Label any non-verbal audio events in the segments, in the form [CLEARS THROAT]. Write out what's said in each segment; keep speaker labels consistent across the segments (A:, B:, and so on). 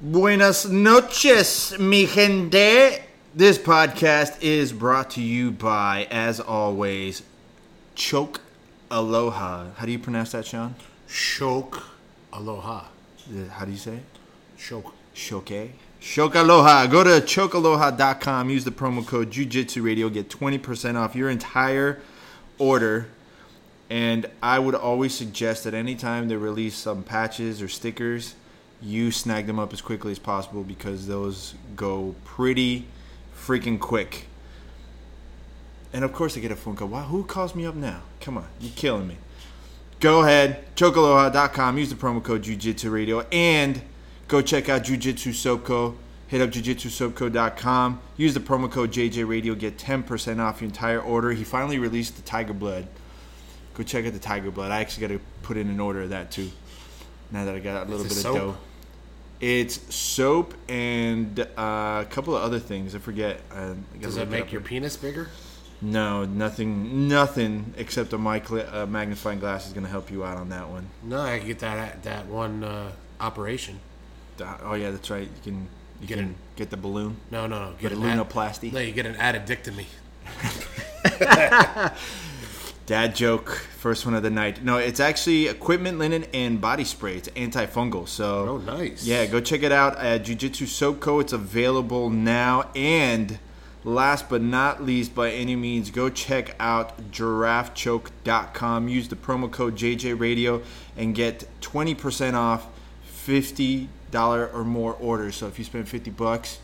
A: Buenas noches, mi gente. This podcast is brought to you by, as always, Choke Aloha. How do you pronounce that, Sean?
B: Shoke Aloha.
A: Uh, How do you say it?
B: Shoke.
A: Shoke. Shoke Aloha. Go to chokealoha.com. Use the promo code Jujitsu Radio. Get 20% off your entire order. And I would always suggest that anytime they release some patches or stickers, you snag them up as quickly as possible because those go pretty freaking quick. And of course, I get a phone call. Wow, who calls me up now? Come on, you're killing me. Go ahead, chokaloha.com, use the promo code Jujitsu Radio, and go check out Jujitsu Soco. Hit up jujitsusobco.com. Use the promo code JJ Radio, get 10% off your entire order. He finally released the Tiger Blood. Go check out the Tiger Blood. I actually got to put in an order of that too. Now that I got a little
B: It's a
A: bit
B: soap?
A: of dough. It's soap and uh, a couple of other things. I forget. I
B: Does that make your penis bigger?
A: no, nothing, nothing except a micro, uh, magnifying glass is going to help you out on that one.
B: No, I can get that that one uh, operation.
A: Uh, Oh yeah, that's right. You can you
B: Get
A: can
B: it.
A: get the balloon.
B: No, no, no. Get
A: Get a
B: an ad-
A: lunoplasty.
B: No, you get an addictomy.
A: Dad joke. First one of the night. No, it's actually equipment linen and body spray. It's antifungal. So
B: Oh, nice.
A: Yeah, go check it out at Jujitsu Soko. It's available now. And last but not least, by any means, go check out giraffechoke.com. Use the promo code JJRadio and get 20% off $50 or more orders. So if you spend 50 bucks,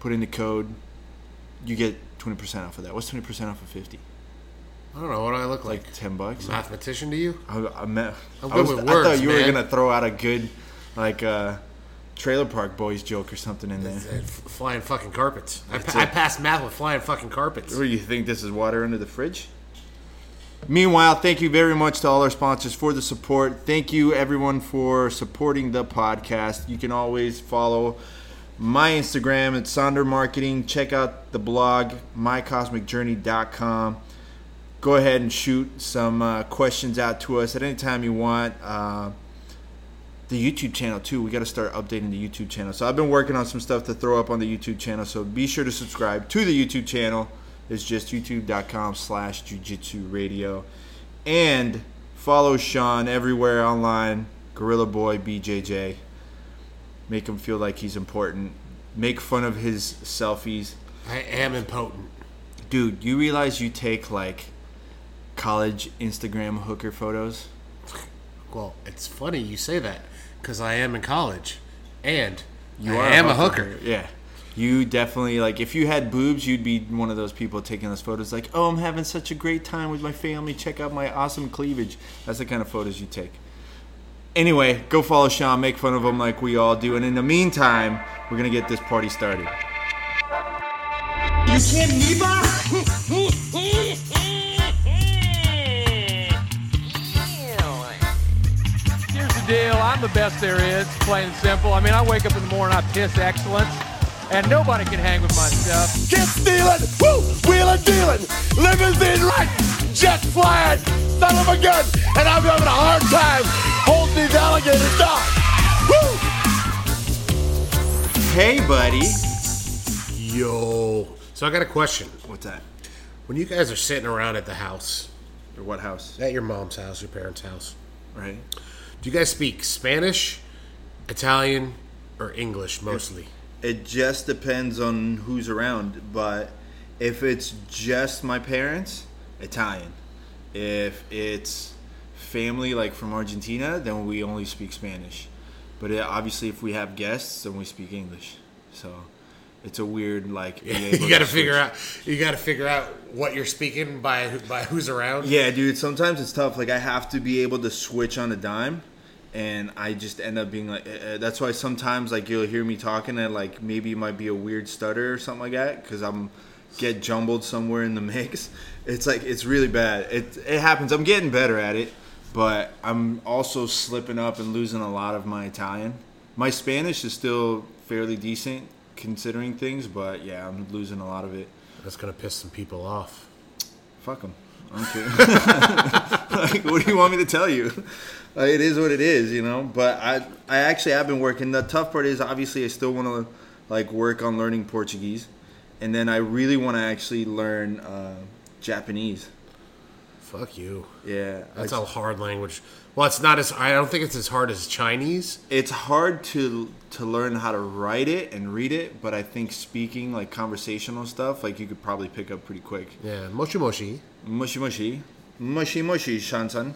A: put in the code, you get 20% off of that. What's 20% off of 50?
B: I don't know what do I look like.
A: Like 10 bucks?
B: Mathematician to you?
A: I, I meant.
B: I'm
A: I
B: good
A: was-
B: with
A: I
B: words,
A: thought you were
B: man.
A: gonna throw out a good, like, uh, Trailer Park Boys joke or something in there.
B: Uh, f- Flying fucking carpets. I,
A: That's
B: pa- I
A: it.
B: passed math with flying fucking carpets.
A: What do you think? This is water under the fridge? Meanwhile, thank you very much to all our sponsors for the support. Thank you, everyone, for supporting the podcast. You can always follow my Instagram at Sonder Marketing. Check out the blog, mycosmicjourney.com. Go ahead and shoot some uh, questions out to us at any time you want. Uh, the YouTube channel too. We got to start updating the YouTube channel. So I've been working on some stuff to throw up on the YouTube channel. So be sure to subscribe to the YouTube channel. It's just youtube.com/slash jujitsu radio, and follow Sean everywhere online. Gorilla Boy BJJ. Make him feel like he's important. Make fun of his selfies,
B: I am impotent.
A: dude. You realize you take like college Instagram hooker photos.
B: Well, it's funny you say that because I am in college, and
A: You
B: I
A: are
B: am a hooker.
A: Yeah. You definitely like if you had boobs, you'd be one of those people taking those photos like, "Oh, I'm having such a great time with my family. Check out my awesome cleavage." That's the kind of photos you take. Anyway, go follow Sean, make fun of him like we all do, and in the meantime, we're going to get this party started.
C: You can't Ew.
D: Here's the deal. I'm the best there is, plain and simple. I mean, I wake up in the morning, I piss excellence, and nobody can hang with my stuff.
E: Kid stealing, woo, wheeling, dealing, limousine right, jet flying, son of a gun, and I'm having a hard time holding these alligators down. Woo!
A: Hey, buddy.
B: Yo. So I got a question.
A: What's that?
B: When you guys are sitting around at the house,
A: Or what house?
B: at your mom's house, your parents' house,
A: Right?
B: do you guys speak Spanish, Italian, or English mostly?
A: It just depends on who's around, but if it's just my parents, Italian. If it's family like from Argentina, then we only speak Spanish. But it, obviously, if we have guests, then we speak English. So it's a weird like. being able
B: [LAUGHS] you got to
A: switch.
B: figure out. You got to figure out what you're speaking by who- by who's around.
A: Yeah, dude. Sometimes it's tough. Like I have to be able to switch on a dime, and I just end up being like. Uh, uh, that's why sometimes like you'll hear me talking and like maybe it might be a weird stutter or something like that because I'm get jumbled somewhere in the mix. [LAUGHS] It's like it's really bad. It it happens. I'm getting better at it, but I'm also slipping up and losing a lot of my Italian. My Spanish is still fairly decent considering things, but yeah, I'm losing a lot of it.
B: That's gonna piss some people off.
A: Fuck them. Okay. [LAUGHS] like, what do you want me to tell you? Like, it is what it is, you know. But I, I actually have been working. The tough part is obviously I still want to like work on learning Portuguese, and then I really want to actually learn uh, Japanese.
B: Fuck you.
A: Yeah,
B: That's
A: I-
B: a hard language. Well, it's not as I don't think it's as hard as Chinese.
A: it's hard to to learn how to write it and read it, but I think speaking like conversational stuff, like you could probably pick up pretty quick.
B: Yeah, mochi mochi.
A: mushy mushy mushy mushy shansan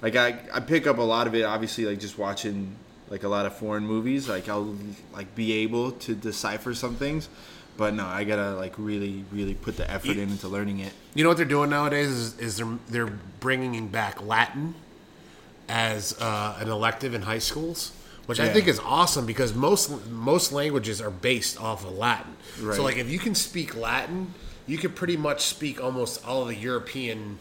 A: like I, I pick up a lot of it obviously like just watching like a lot of foreign movies like i'll like be able to decipher some things but no i gotta like really really put the effort in into learning it
B: You know what they're doing nowadays is, is they're they're bringing back Latin as uh, an elective in high schools, which I
A: Yeah.
B: think is awesome because most most languages are based off of Latin.
A: Right.
B: So like if you can speak Latin, you could pretty much speak almost all of the European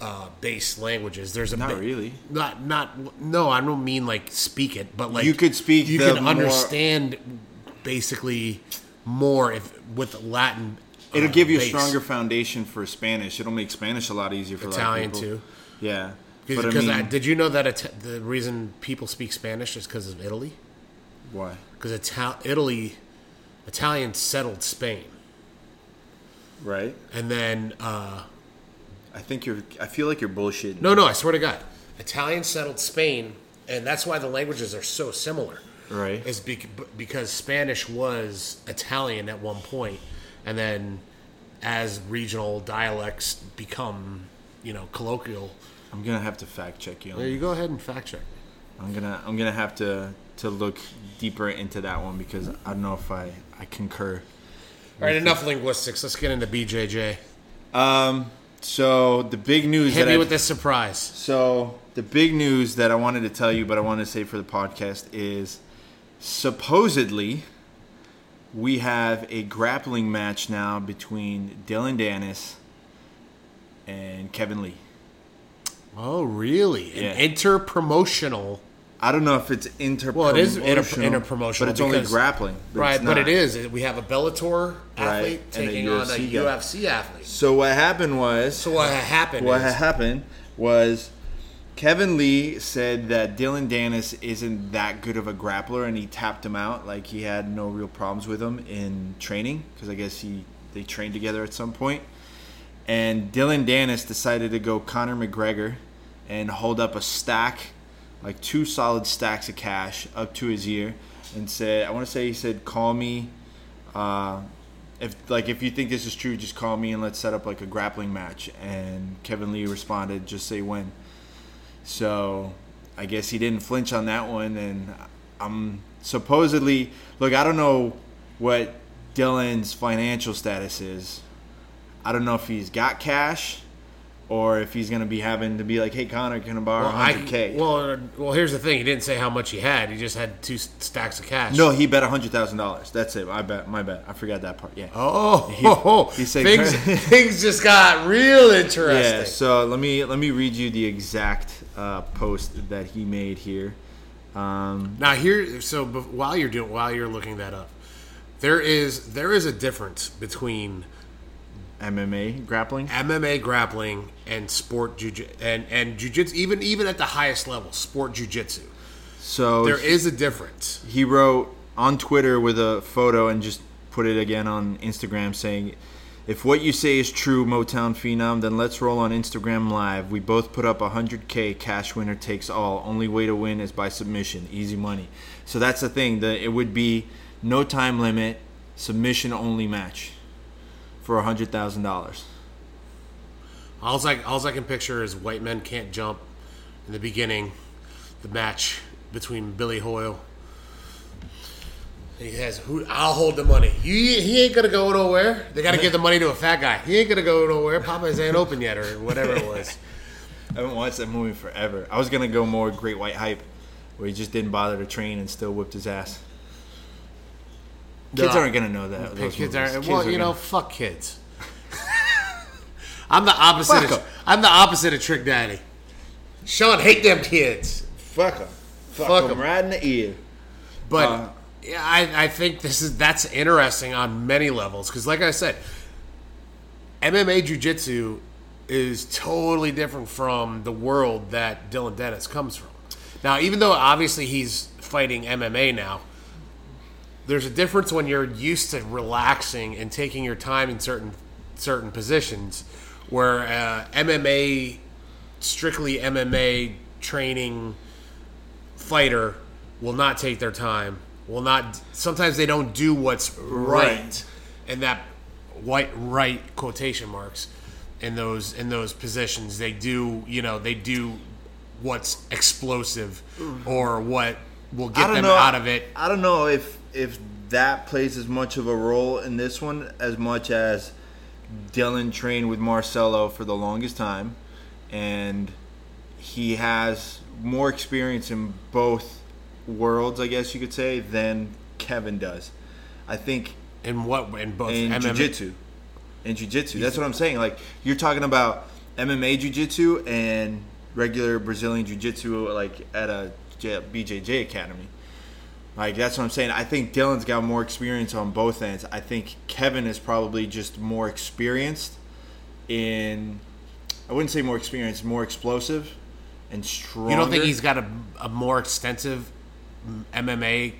B: uh, based languages. There's a
A: Not
B: bi-
A: really.
B: not not no. I don't mean like speak it, but like
A: You could speak
B: You
A: the
B: can
A: more-
B: understand basically more if with Latin. uh,
A: it'll give you a
B: base.
A: stronger foundation for spanish it'll make spanish a lot easier for
B: Italian,
A: a lot of people.
B: too.
A: yeah but i
B: Because
A: mean
B: did you know that it, the reason people speak Spanish is because of Italy?
A: why
B: Because Ital- Italy, Italians settled Spain,
A: right
B: and then uh,
A: i think you're i feel like you're bullshitting
B: no, no, I swear to God, Italians settled Spain, and that's why the languages are so similar.
A: Right.
B: Is bec- b- because Spanish was Italian at one point, and then as regional dialects become, you know, colloquial.
A: i'm gonna have to fact check you on
B: There you go ahead and fact check.
A: I'm gonna I'm gonna have to to look deeper into that one because I don't know if I I concur.
B: All right, enough linguistics. Let's get into BJJ.
A: Um, so the big news
B: Hit
A: that
B: me
A: I,
B: with this surprise.
A: so the big news that I wanted to tell you, but I wanted to say for the podcast is supposedly we have a grappling match now between Dylan Dennis and Kevin Lee.
B: Oh, really? An
A: Yeah.
B: inter-promotional,
A: I don't know if it's inter
B: Well, it is inter- interpromotional
A: but it's only
B: because-
A: grappling. it's
B: right? But
A: not.
B: it is. We have a Bellator athlete
A: and a
B: taking on a
A: UFC guy.
B: UFC athlete.
A: So what happened was
B: So what happened?
A: What
B: is,
A: happened was Kevin Lee said that Dylan Danis isn't that good of a grappler, and he tapped him out. Like he had no real problems with him in training because I guess he they trained together at some point. And Dylan Danis decided to go Conor McGregor and hold up a stack, like two solid stacks of cash up to his ear, and said, "I want to say he said, call me." Uh, if like if you think this is true, just call me and let's set up like a grappling match. And Kevin Lee responded, just say when. So I guess he didn't flinch on that one. And I'm supposedly look. I don't know what Dylan's financial status is. I don't know if he's got cash or if he's gonna be having to be like, hey Connor, can I borrow
B: Well, I-
A: 100k?
B: well, uh, well, here's the thing. He didn't say how much he had. He just had two s- stacks of cash.
A: no, he bet hundred thousand dollars. That's it. I bet. My bet. I forgot that part. Yeah.
B: Oh, ho, ho. [LAUGHS]
A: he said-
B: things
A: [LAUGHS]
B: things just got real interesting.
A: Yeah, so let me let me read you the exact uh, post that he made here. Um,
B: Now here, so bef- while you're doing while you're looking that up, there is there is a difference between
A: MMA grappling.
B: MMA grappling and sport jiu and and jujitsu even even at the highest level, sport jujitsu.
A: So
B: There is a difference.
A: he wrote on Twitter with a photo and just put it again on Instagram saying, "If what you say is true, Motown Phenom, then let's roll on Instagram Live. We both put up 100k cash winner takes all. Only way to win is by submission. Easy money." So that's the thing. That it would be no time limit, submission only match for hundred thousand dollars.
B: Alls I alls I can picture is white men can't jump in the beginning, the match between Billy Hoyle. He has who I'll hold the money. He, he ain't gonna go nowhere. They gotta give the money to a fat guy. He ain't gonna go nowhere. Popeyes ain't open yet or whatever it was.
A: I haven't watched that movie forever. I was gonna go more Great White Hype, where he just didn't bother to train and still whipped his ass. Kids
B: No.
A: aren't gonna know that. those
B: kids are
A: movies. Kids
B: well,
A: are
B: you
A: gonna-
B: know,
A: [LAUGHS]
B: fuck kids. I'm the opposite.
A: Fuck 'em.
B: Of, I'm the opposite of Trick Daddy. Sean hate them kids,
A: fuck them, fuck,
B: Fuck
A: 'em
B: 'em.
A: right in the ear.
B: but
A: Uh,
B: yeah, I, I think this is that's interesting on many levels because, like I said, MMA Jiu Jitsu is totally different from the world that Dylan Dennis comes from. Now, even though obviously he's fighting MMA now, there's a difference when you're used to relaxing and taking your time in certain certain positions, where uh, MMA, strictly MMA training fighter will not take their time. Will not. Sometimes they don't do what's right,
A: Right.
B: and that white right quotation marks in those in those positions. They do. You know, they do what's explosive
A: Hmm.
B: or what will get them out of it.
A: I don't know if if that plays as much of a role in this one as much as Dylan trained with Marcelo for the longest time, and he has more experience in both worlds, I guess you could say, than Kevin does. I think
B: In what in both
A: in
B: MMA
A: jiu-jitsu. In jiu-jitsu. That's what I'm saying. Like you're talking about MMA jiu-jitsu and regular Brazilian jiu-jitsu like at a J- BJJ academy. Like that's what I'm saying. I think Dylan's got more experience on both ends. I think Kevin is probably just more experienced in I wouldn't say more experienced, more explosive and stronger.
B: You don't think he's got a, a more extensive MMA?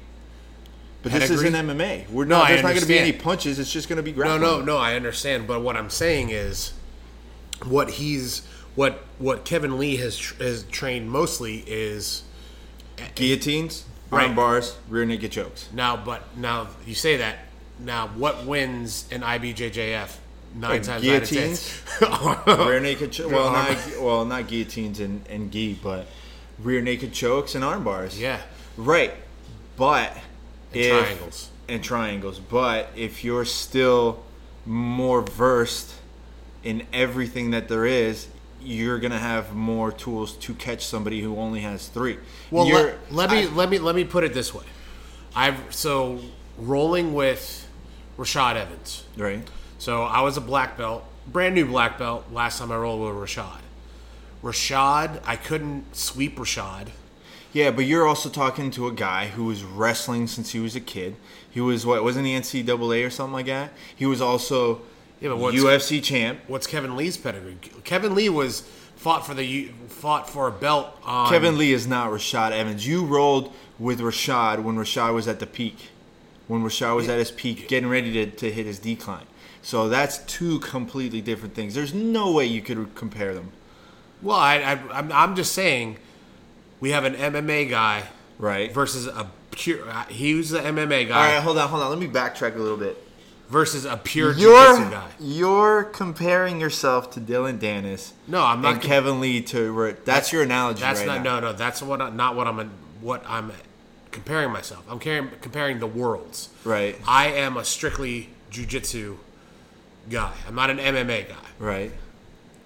A: But this
B: pedigree?
A: isn't MMA. We're
B: No,
A: not
B: I
A: there's not going to be
B: understand.
A: any punches. It's just going to be
B: No,
A: grappling.
B: no, no. I understand, but what I'm saying is, what he's what what Kevin Lee has tr- has trained mostly is
A: Guillotines, arm
B: Right.
A: bars, rear naked chokes.
B: now. But now you say that now, what wins in IBJJF nine
A: Oh,
B: times out of ten?
A: guillotines?
B: [LAUGHS]
A: rear naked cho- well
B: arm-
A: not well not guillotines and, and gi but rear naked chokes and arm bars
B: Yeah,
A: right but if-
B: triangles.
A: and triangles but if you're still more versed in everything that there is you're gonna have more tools to catch somebody who only has three
B: Well,
A: You're-
B: let, let me let me let me put it this way. I've so rolling with Rashad Evans.
A: I- right
B: So I was a black belt, brand new black belt. Last time I rolled with Rashad. Rashad, I couldn't sweep Rashad.
A: yeah but you're also talking to a guy who was wrestling since he was a kid he was what wasn't he ncaa or something like that he was also
B: Yeah, but what's-
A: UFC champ.
B: What's Kevin Lee's pedigree? Kevin Lee was fought for the U- fought for a belt on
A: Kevin Lee is not Rashad Evans. You rolled with Rashad when Rashad was at the peak, when Rashad was at his peak, getting ready to, to hit his decline. So that's two completely different things. There's no way you could compare them.
B: Well, I, I I'm, I'm just saying, we have an MMA guy
A: Right.
B: versus a pure. He was the MMA
A: All
B: guy
A: right, hold on, hold on. Let me backtrack a little bit.
B: versus a pure jiu-jitsu
A: You're
B: guy.
A: you're comparing yourself to Dylan Dennis.
B: No, I'm not
A: And
B: com-
A: Kevin Lee to Ra- that's your analogy.
B: That's
A: right
B: not
A: now.
B: no no. That's what I, not what I'm what I'm comparing myself. I'm caring, comparing the worlds.
A: Right.
B: I am a strictly jujitsu guy. I'm not an MMA guy.
A: Right.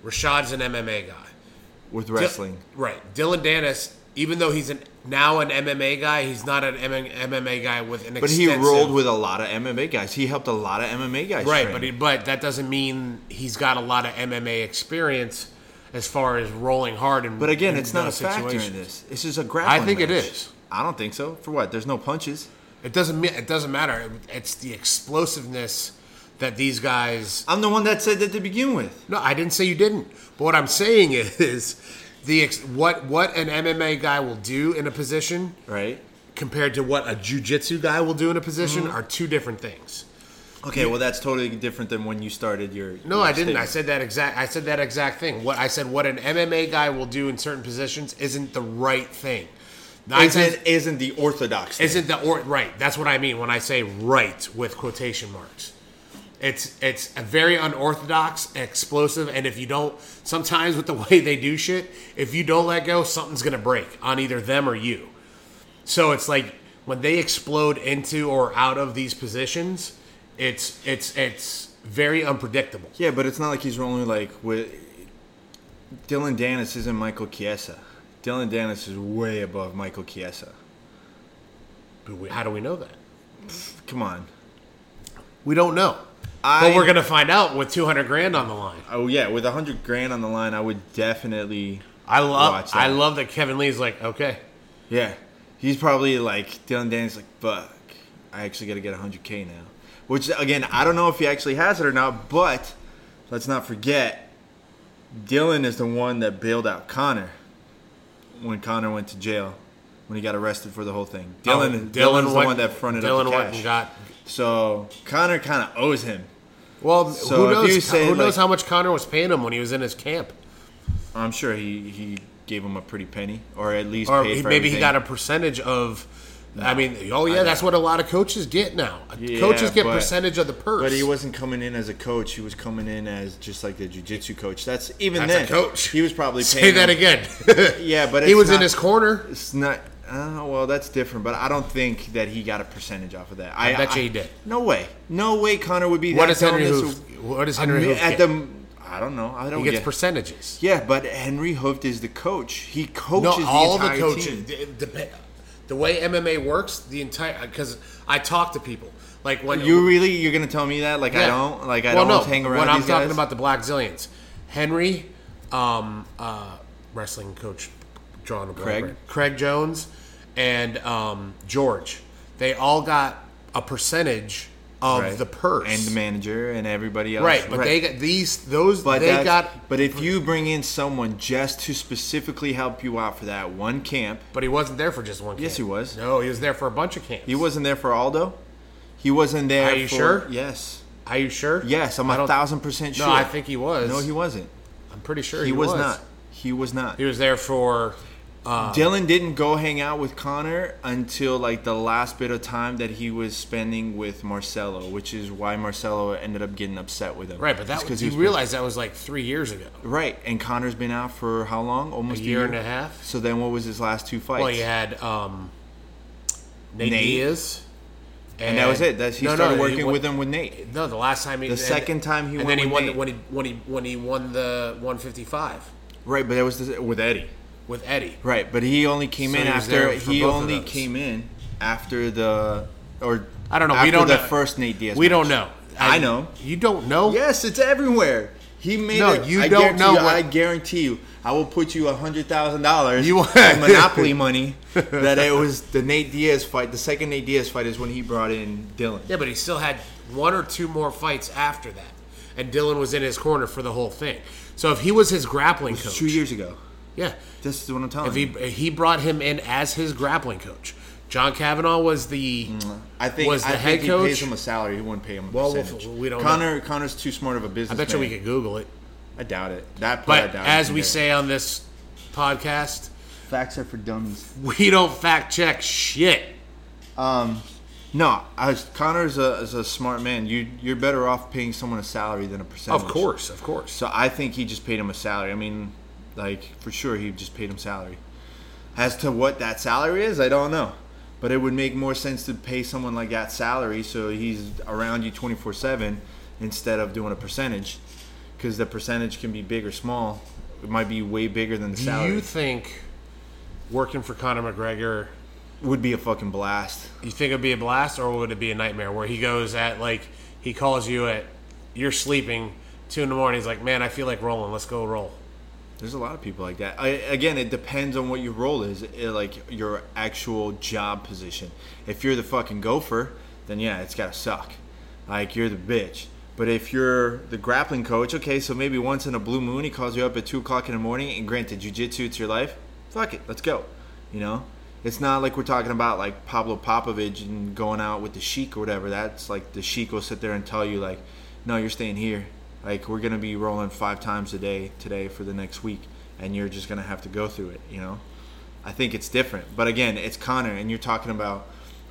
B: Rashad's an MMA guy.
A: With
B: Dil-
A: wrestling.
B: right. Dylan Dennis, even though he's an now an MMA guy, he's not an M- MMA guy with an.
A: but he
B: extensive-
A: rolled with a lot of MMA guys. He helped a lot of MMA guys.
B: Right,
A: train.
B: but he, but that doesn't mean he's got a lot of MMA experience as far as rolling hard and.
A: But again,
B: in
A: it's not a
B: those
A: factor in
B: situations.
A: this. It's just a grappling.
B: I think it
A: match.
B: is.
A: I don't think so. For what? There's no punches.
B: It doesn't mean it doesn't matter. It- It's the explosiveness that these guys.
A: I'm the one that said that to begin with.
B: No, I didn't say you didn't. But what I'm saying [LAUGHS] is the ex, what what an MMA guy will do in a position
A: Right.
B: compared to what a jujitsu guy will do in a position are two different things.
A: Okay. Well, that's totally different than when you started your.
B: No,
A: your
B: I didn't. I
A: statement.
B: said that exact. I said that exact thing. What I said, what an MMA guy will do in certain positions, isn't the right thing. Nine times-
A: Isn't, isn't the orthodox? thing.
B: Isn't the or right? That's what I mean when I say right with quotation marks. It's it's a very unorthodox, explosive, and if you don't, sometimes with the [LAUGHS] way they do shit, if you don't let go, something's gonna break on either them or you. So it's like when they explode into or out of these positions, it's it's it's very unpredictable.
A: Yeah, but it's not like he's only like with. Dylan Danis isn't Michael Chiesa. Dylan Danis is way above Michael Chiesa.
B: But we- How do we know that?
A: Come on.
B: We don't know.
A: I-
B: but we're gonna find out with two hundred grand on the line.
A: Oh yeah, with a hundred grand on the line, I would definitely.
B: I love
A: Watch that.
B: I love that Kevin Lee's like okay.
A: Yeah, he's probably like Dylan Danny's like, fuck, I actually got to get 100k now. Which again, I don't know if he actually has it or not, but let's not forget Dylan is the one that bailed out Connor when Connor went to jail when he got arrested for the whole thing. Dylan,
B: Oh,
A: Dylan's the
B: went-
A: one that fronted
B: Dylan
A: up the
B: went
A: cash.
B: and got.
A: so Connor kind of owes him.
B: Well,
A: So
B: who
A: if
B: knows?
A: you say,
B: who
A: like-
B: knows how much Connor was paying him when he was in his camp,
A: I'm sure he he gave him a pretty penny, or at least
B: or
A: paid
B: he,
A: for
B: maybe he
A: everything.
B: got a percentage of. I mean, oh yeah, that's what a lot of coaches get now. Uh,
A: Yeah,
B: coaches get
A: but-
B: percentage of the purse.
A: But he wasn't coming in as a coach. He was coming in as just like the jujitsu coach. That's even
B: That's a
A: then.
B: coach.
A: He was probably
B: say
A: paying
B: that
A: him-
B: again.
A: [LAUGHS] Yeah, but
B: he
A: it's
B: was in
A: not-
B: his corner.
A: It's not. Uh, well, that's different. But I don't think that he got a percentage off of that. I,
B: bet you he did.
A: No way. No way. Connor would be.
B: What
A: that
B: does Henry
A: bonus-
B: Hoof? What does Henry Hoof
A: at
B: get?
A: the? I don't know. I don't
B: he gets
A: get.
B: percentages.
A: yeah, but Henry Hooft is the coach. He coaches
B: No, all
A: the
B: the
A: entire
B: coaches.
A: team.
B: The, the, the way MMA works, the entire because I talk to people like when
A: You really? You're gonna tell me that? Like I
B: Yeah.
A: don't. Like I
B: Well,
A: don't
B: no,
A: hang around.
B: When I'm
A: these
B: talking
A: guys?
B: about the Black Zillions, Henry, um, uh, wrestling coach, drawing a blank
A: Craig.
B: right- Craig Jones, and um, George, they all got a percentage of
A: Right.
B: the purse.
A: and the manager and everybody else.
B: Right, but they got these. Those
A: But
B: they
A: that's-
B: got.
A: But if you bring in someone just to specifically help you out for that one camp,
B: But he wasn't there for just one.
A: Yes,
B: camp.
A: he was.
B: No, he was there for a bunch of camps.
A: he wasn't there for Aldo. He wasn't there.
B: Are you
A: for-
B: sure?
A: Yes.
B: Are you sure?
A: Yes, I'm
B: I
A: a
B: don't-
A: thousand percent
B: No,
A: sure.
B: I think he was.
A: No, he wasn't.
B: I'm pretty sure
A: He,
B: he,
A: was, not. He was not.
B: He was there for. Uh,
A: Dylan didn't go hang out with Connor until like the last bit of time that he was spending with Marcelo, which is why Marcelo ended up getting upset with him.
B: right, but that
A: It's
B: was,
A: he
B: you
A: was-
B: realize that was like three years ago.
A: Right, and Connor's been out for how long? Almost
B: A year and a half.
A: So then, what was his last two fights?
B: Well, you had um, Nate,
A: Nate.
B: Diaz,
A: and that was it. That's he
B: No, no,
A: started
B: he
A: working
B: won-
A: with him with Nate.
B: No, the last time he
A: The
B: and-
A: second time he
B: and
A: went
B: then he
A: with
B: won
A: Nate.
B: when he when he when he won the 155
A: Right, but that was the, with Eddie.
B: with Eddie.
A: Right, but he only came
B: So
A: in
B: he was
A: after
B: there for
A: he
B: both of
A: only
B: those.
A: came in after the or
B: I don't know.
A: After
B: we don't
A: the
B: know.
A: first Nate Diaz.
B: We
A: match.
B: don't know.
A: I know.
B: You don't know.
A: Yes, it's everywhere. He made
B: No,
A: it.
B: you
A: I
B: don't
A: guarantee
B: know
A: You,
B: what-
A: I guarantee you, I will put you a hundred thousand dollars.
B: You- [LAUGHS]
A: in monopoly money that it was the Nate Diaz fight. The second Nate Diaz fight is when he brought in Dylan.
B: Yeah, but he still had one or two more fights after that, and Dylan was in his corner for the whole thing. So if he was his grappling coach,
A: Two years ago.
B: yeah,
A: This is what I'm telling
B: if he
A: you.
B: he brought him in as his grappling coach. John Kavanaugh was the
A: I think
B: was the
A: I
B: head
A: think he
B: coach.
A: pays him a salary. He wouldn't pay him a
B: Well, we'll-
A: percentage.
B: we don't know.
A: Connor Connor's too smart of a business.
B: I bet you we could Google it.
A: I doubt it. That part I
B: But
A: doubt
B: as
A: it.
B: we say on this podcast,
A: facts are for dummies.
B: we don't fact check shit.
A: No, I was, Connor's a, is a smart man. You you're better off paying someone a salary than a percentage.
B: Of course, of course.
A: So I think he just paid him a salary. I mean, like for sure he just paid him salary. As to what that salary is, I don't know. But it would make more sense to pay someone like that salary so he's around you 24/7 instead of doing a percentage cuz the percentage can be big or small. It might be way bigger than the
B: Do
A: salary.
B: you think working for Conor McGregor,
A: would be a fucking blast.
B: you think it'd be a blast or would it be a nightmare? Where he goes at like he calls you at you're sleeping two in the morning. He's like, man, I feel like rolling. Let's go roll.
A: There's a lot of people like that. I, again, it depends on what your role is, eh, like your actual job position. If you're the fucking gopher, then yeah, it's gotta suck. Like you're the bitch. But if you're the grappling coach, okay, so maybe once in a blue moon he calls you up at two o'clock in the morning, and granted, jujitsu it's your life. Fuck it, let's go. You know, it's not like we're talking about like Pablo Popovich and going out with the Sheik or whatever. That's like the Sheik will sit there and tell you like, no, you're staying here. Like we're gonna be rolling five times a day today for the next week, and you're just gonna have to go through it. You know, I think it's different. But again, it's Connor, and you're talking about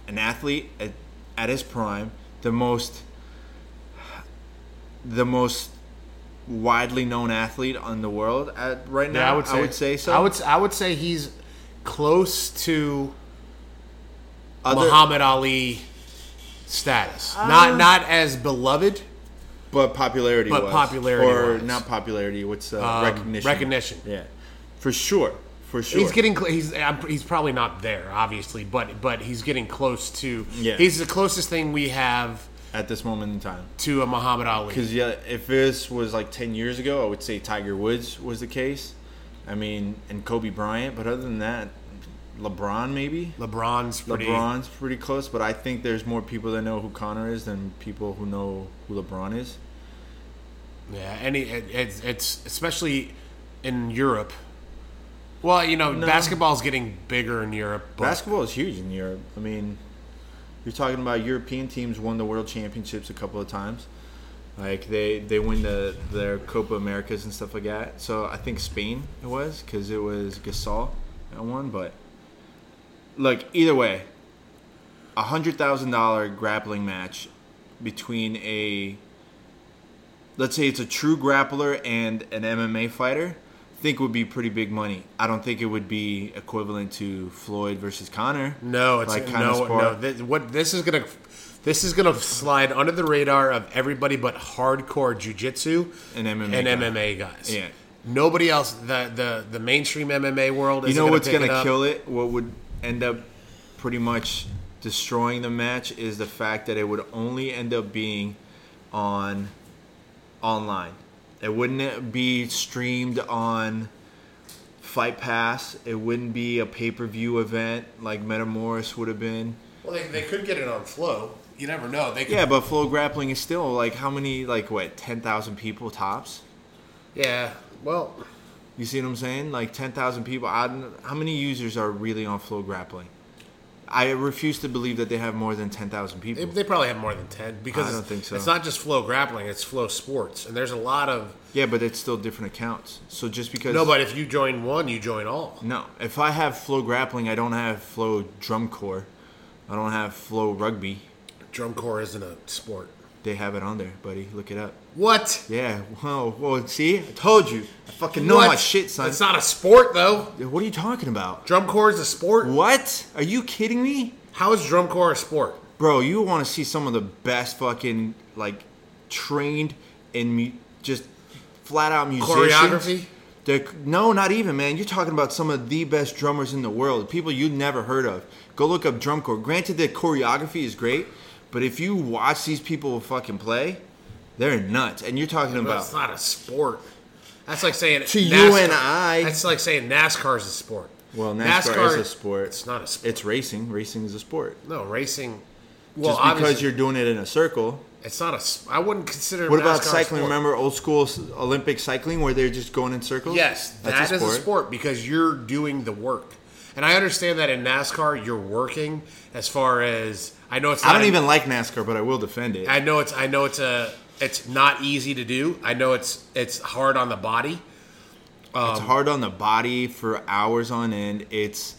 A: an athlete at, at his prime, the most, the most widely known athlete on the world at right now.
B: Yeah, I would say,
A: so.
B: I would s- I would say he's close to
A: Other-
B: Muhammad Ali status. not not as beloved.
A: But popularity,
B: But
A: wise.
B: popularity
A: or
B: wise.
A: not popularity? What's uh,
B: Um,
A: recognition?
B: recognition.
A: Yeah, for sure, for sure.
B: He's getting cl- he's I'm, he's probably not there obviously, but but he's getting close to.
A: Yeah.
B: He's the closest thing we have
A: at this moment in time.
B: to a Muhammad Ali.
A: Because yeah, if this was like ten years ago, I would say Tiger Woods was the case. I mean, and Kobe Bryant. But other than that, LeBron maybe.
B: LeBron's pretty.
A: LeBron's pretty close, but I think there's more people that know who Connor is than people who know who LeBron is.
B: Yeah, any it, it's, it's especially in Europe. Well, you know,
A: No.
B: basketball's getting bigger in Europe. But
A: Basketball is huge in Europe. I mean, you're talking about European teams won the world championships a couple of times. Like they they win the their Copa Americas and stuff like that. So I think Spain it was because it was Gasol that won. But look, either way, a hundred thousand dollar grappling match between a let's say it's a true grappler and an MMA fighter, think would be pretty big money. I don't think it would be equivalent to Floyd versus Connor.
B: no, it's
A: Like, kinda
B: no, no.
A: spar-
B: This, what this is gonna this is gonna slide under the radar of everybody but hardcore jujitsu
A: And MMA
B: and
A: guy.
B: MMA guys.
A: Yeah.
B: Nobody else. The the the mainstream MMA world.
A: You
B: isn't
A: know
B: gonna
A: what's
B: pick
A: gonna
B: it up.
A: kill it? What would end up pretty much destroying the match is the fact that it would only end up being on online. It wouldn't be streamed on Fight Pass. It wouldn't be a pay per view event like Metamoris would have been.
B: Well, they, they could get it on Flow. You never know. They could,
A: Yeah, but flow grappling is still like how many like what ten thousand people tops.
B: yeah. Well,
A: You see what I'm saying? Like ten thousand people. I don't, how many users are really on flow grappling? I refuse to believe that they have more than ten thousand
B: They,
A: people.
B: they probably have more than ten because
A: I don't think so.
B: It's not just Flow Grappling; it's Flow Sports, and there's a lot of
A: yeah, but it's still different accounts. So just because
B: no. But if you join one, you join all.
A: no, if I have flow grappling, I don't have flow drum corps. I don't have flow rugby.
B: Drum corps isn't a sport.
A: They have it on there, buddy. Look it up.
B: What?
A: Yeah. Whoa. Whoa. See, I told you. I fucking know my
B: What?
A: shit, son.
B: It's not a sport though.
A: what are you talking about?
B: Drum corps is a
A: Mm.
B: sport.
A: What? Are you kidding me?
B: How is drum corps a sport?
A: bro, you want to see some of the best fucking like trained and mu- just flat out musicians.
B: Choreography?
A: They're, no, not even, man. You're talking about some of the best drummers in the world, people you've never heard of. Go look up drum corps. Granted, their choreography is great, but if you watch these people fucking play, they're nuts. And you're talking
B: But it's
A: about
B: not a sport. That's like saying
A: To you and I.
B: That's like saying NASCAR is a sport.
A: well, NASCAR, is a sport.
B: It's not a sport.
A: It's racing. Racing is a sport.
B: no racing. Well,
A: just because
B: obviously,
A: you're doing it in a circle
B: it's not a. s- I wouldn't consider.
A: What about
B: NASCAR a
A: cycling?
B: sport.
A: Remember old school s- Olympic cycling where they're just going in circles?
B: Yes,
A: that's
B: that is a sport because you're doing the work. And I understand that in NASCAR you're working as far as I know it's not
A: I don't
B: an-
A: even like NASCAR, but I will defend it.
B: I know it's I know it's a it's not easy to do. I know it's it's hard on the body.
A: it's hard on the body for hours on end. It's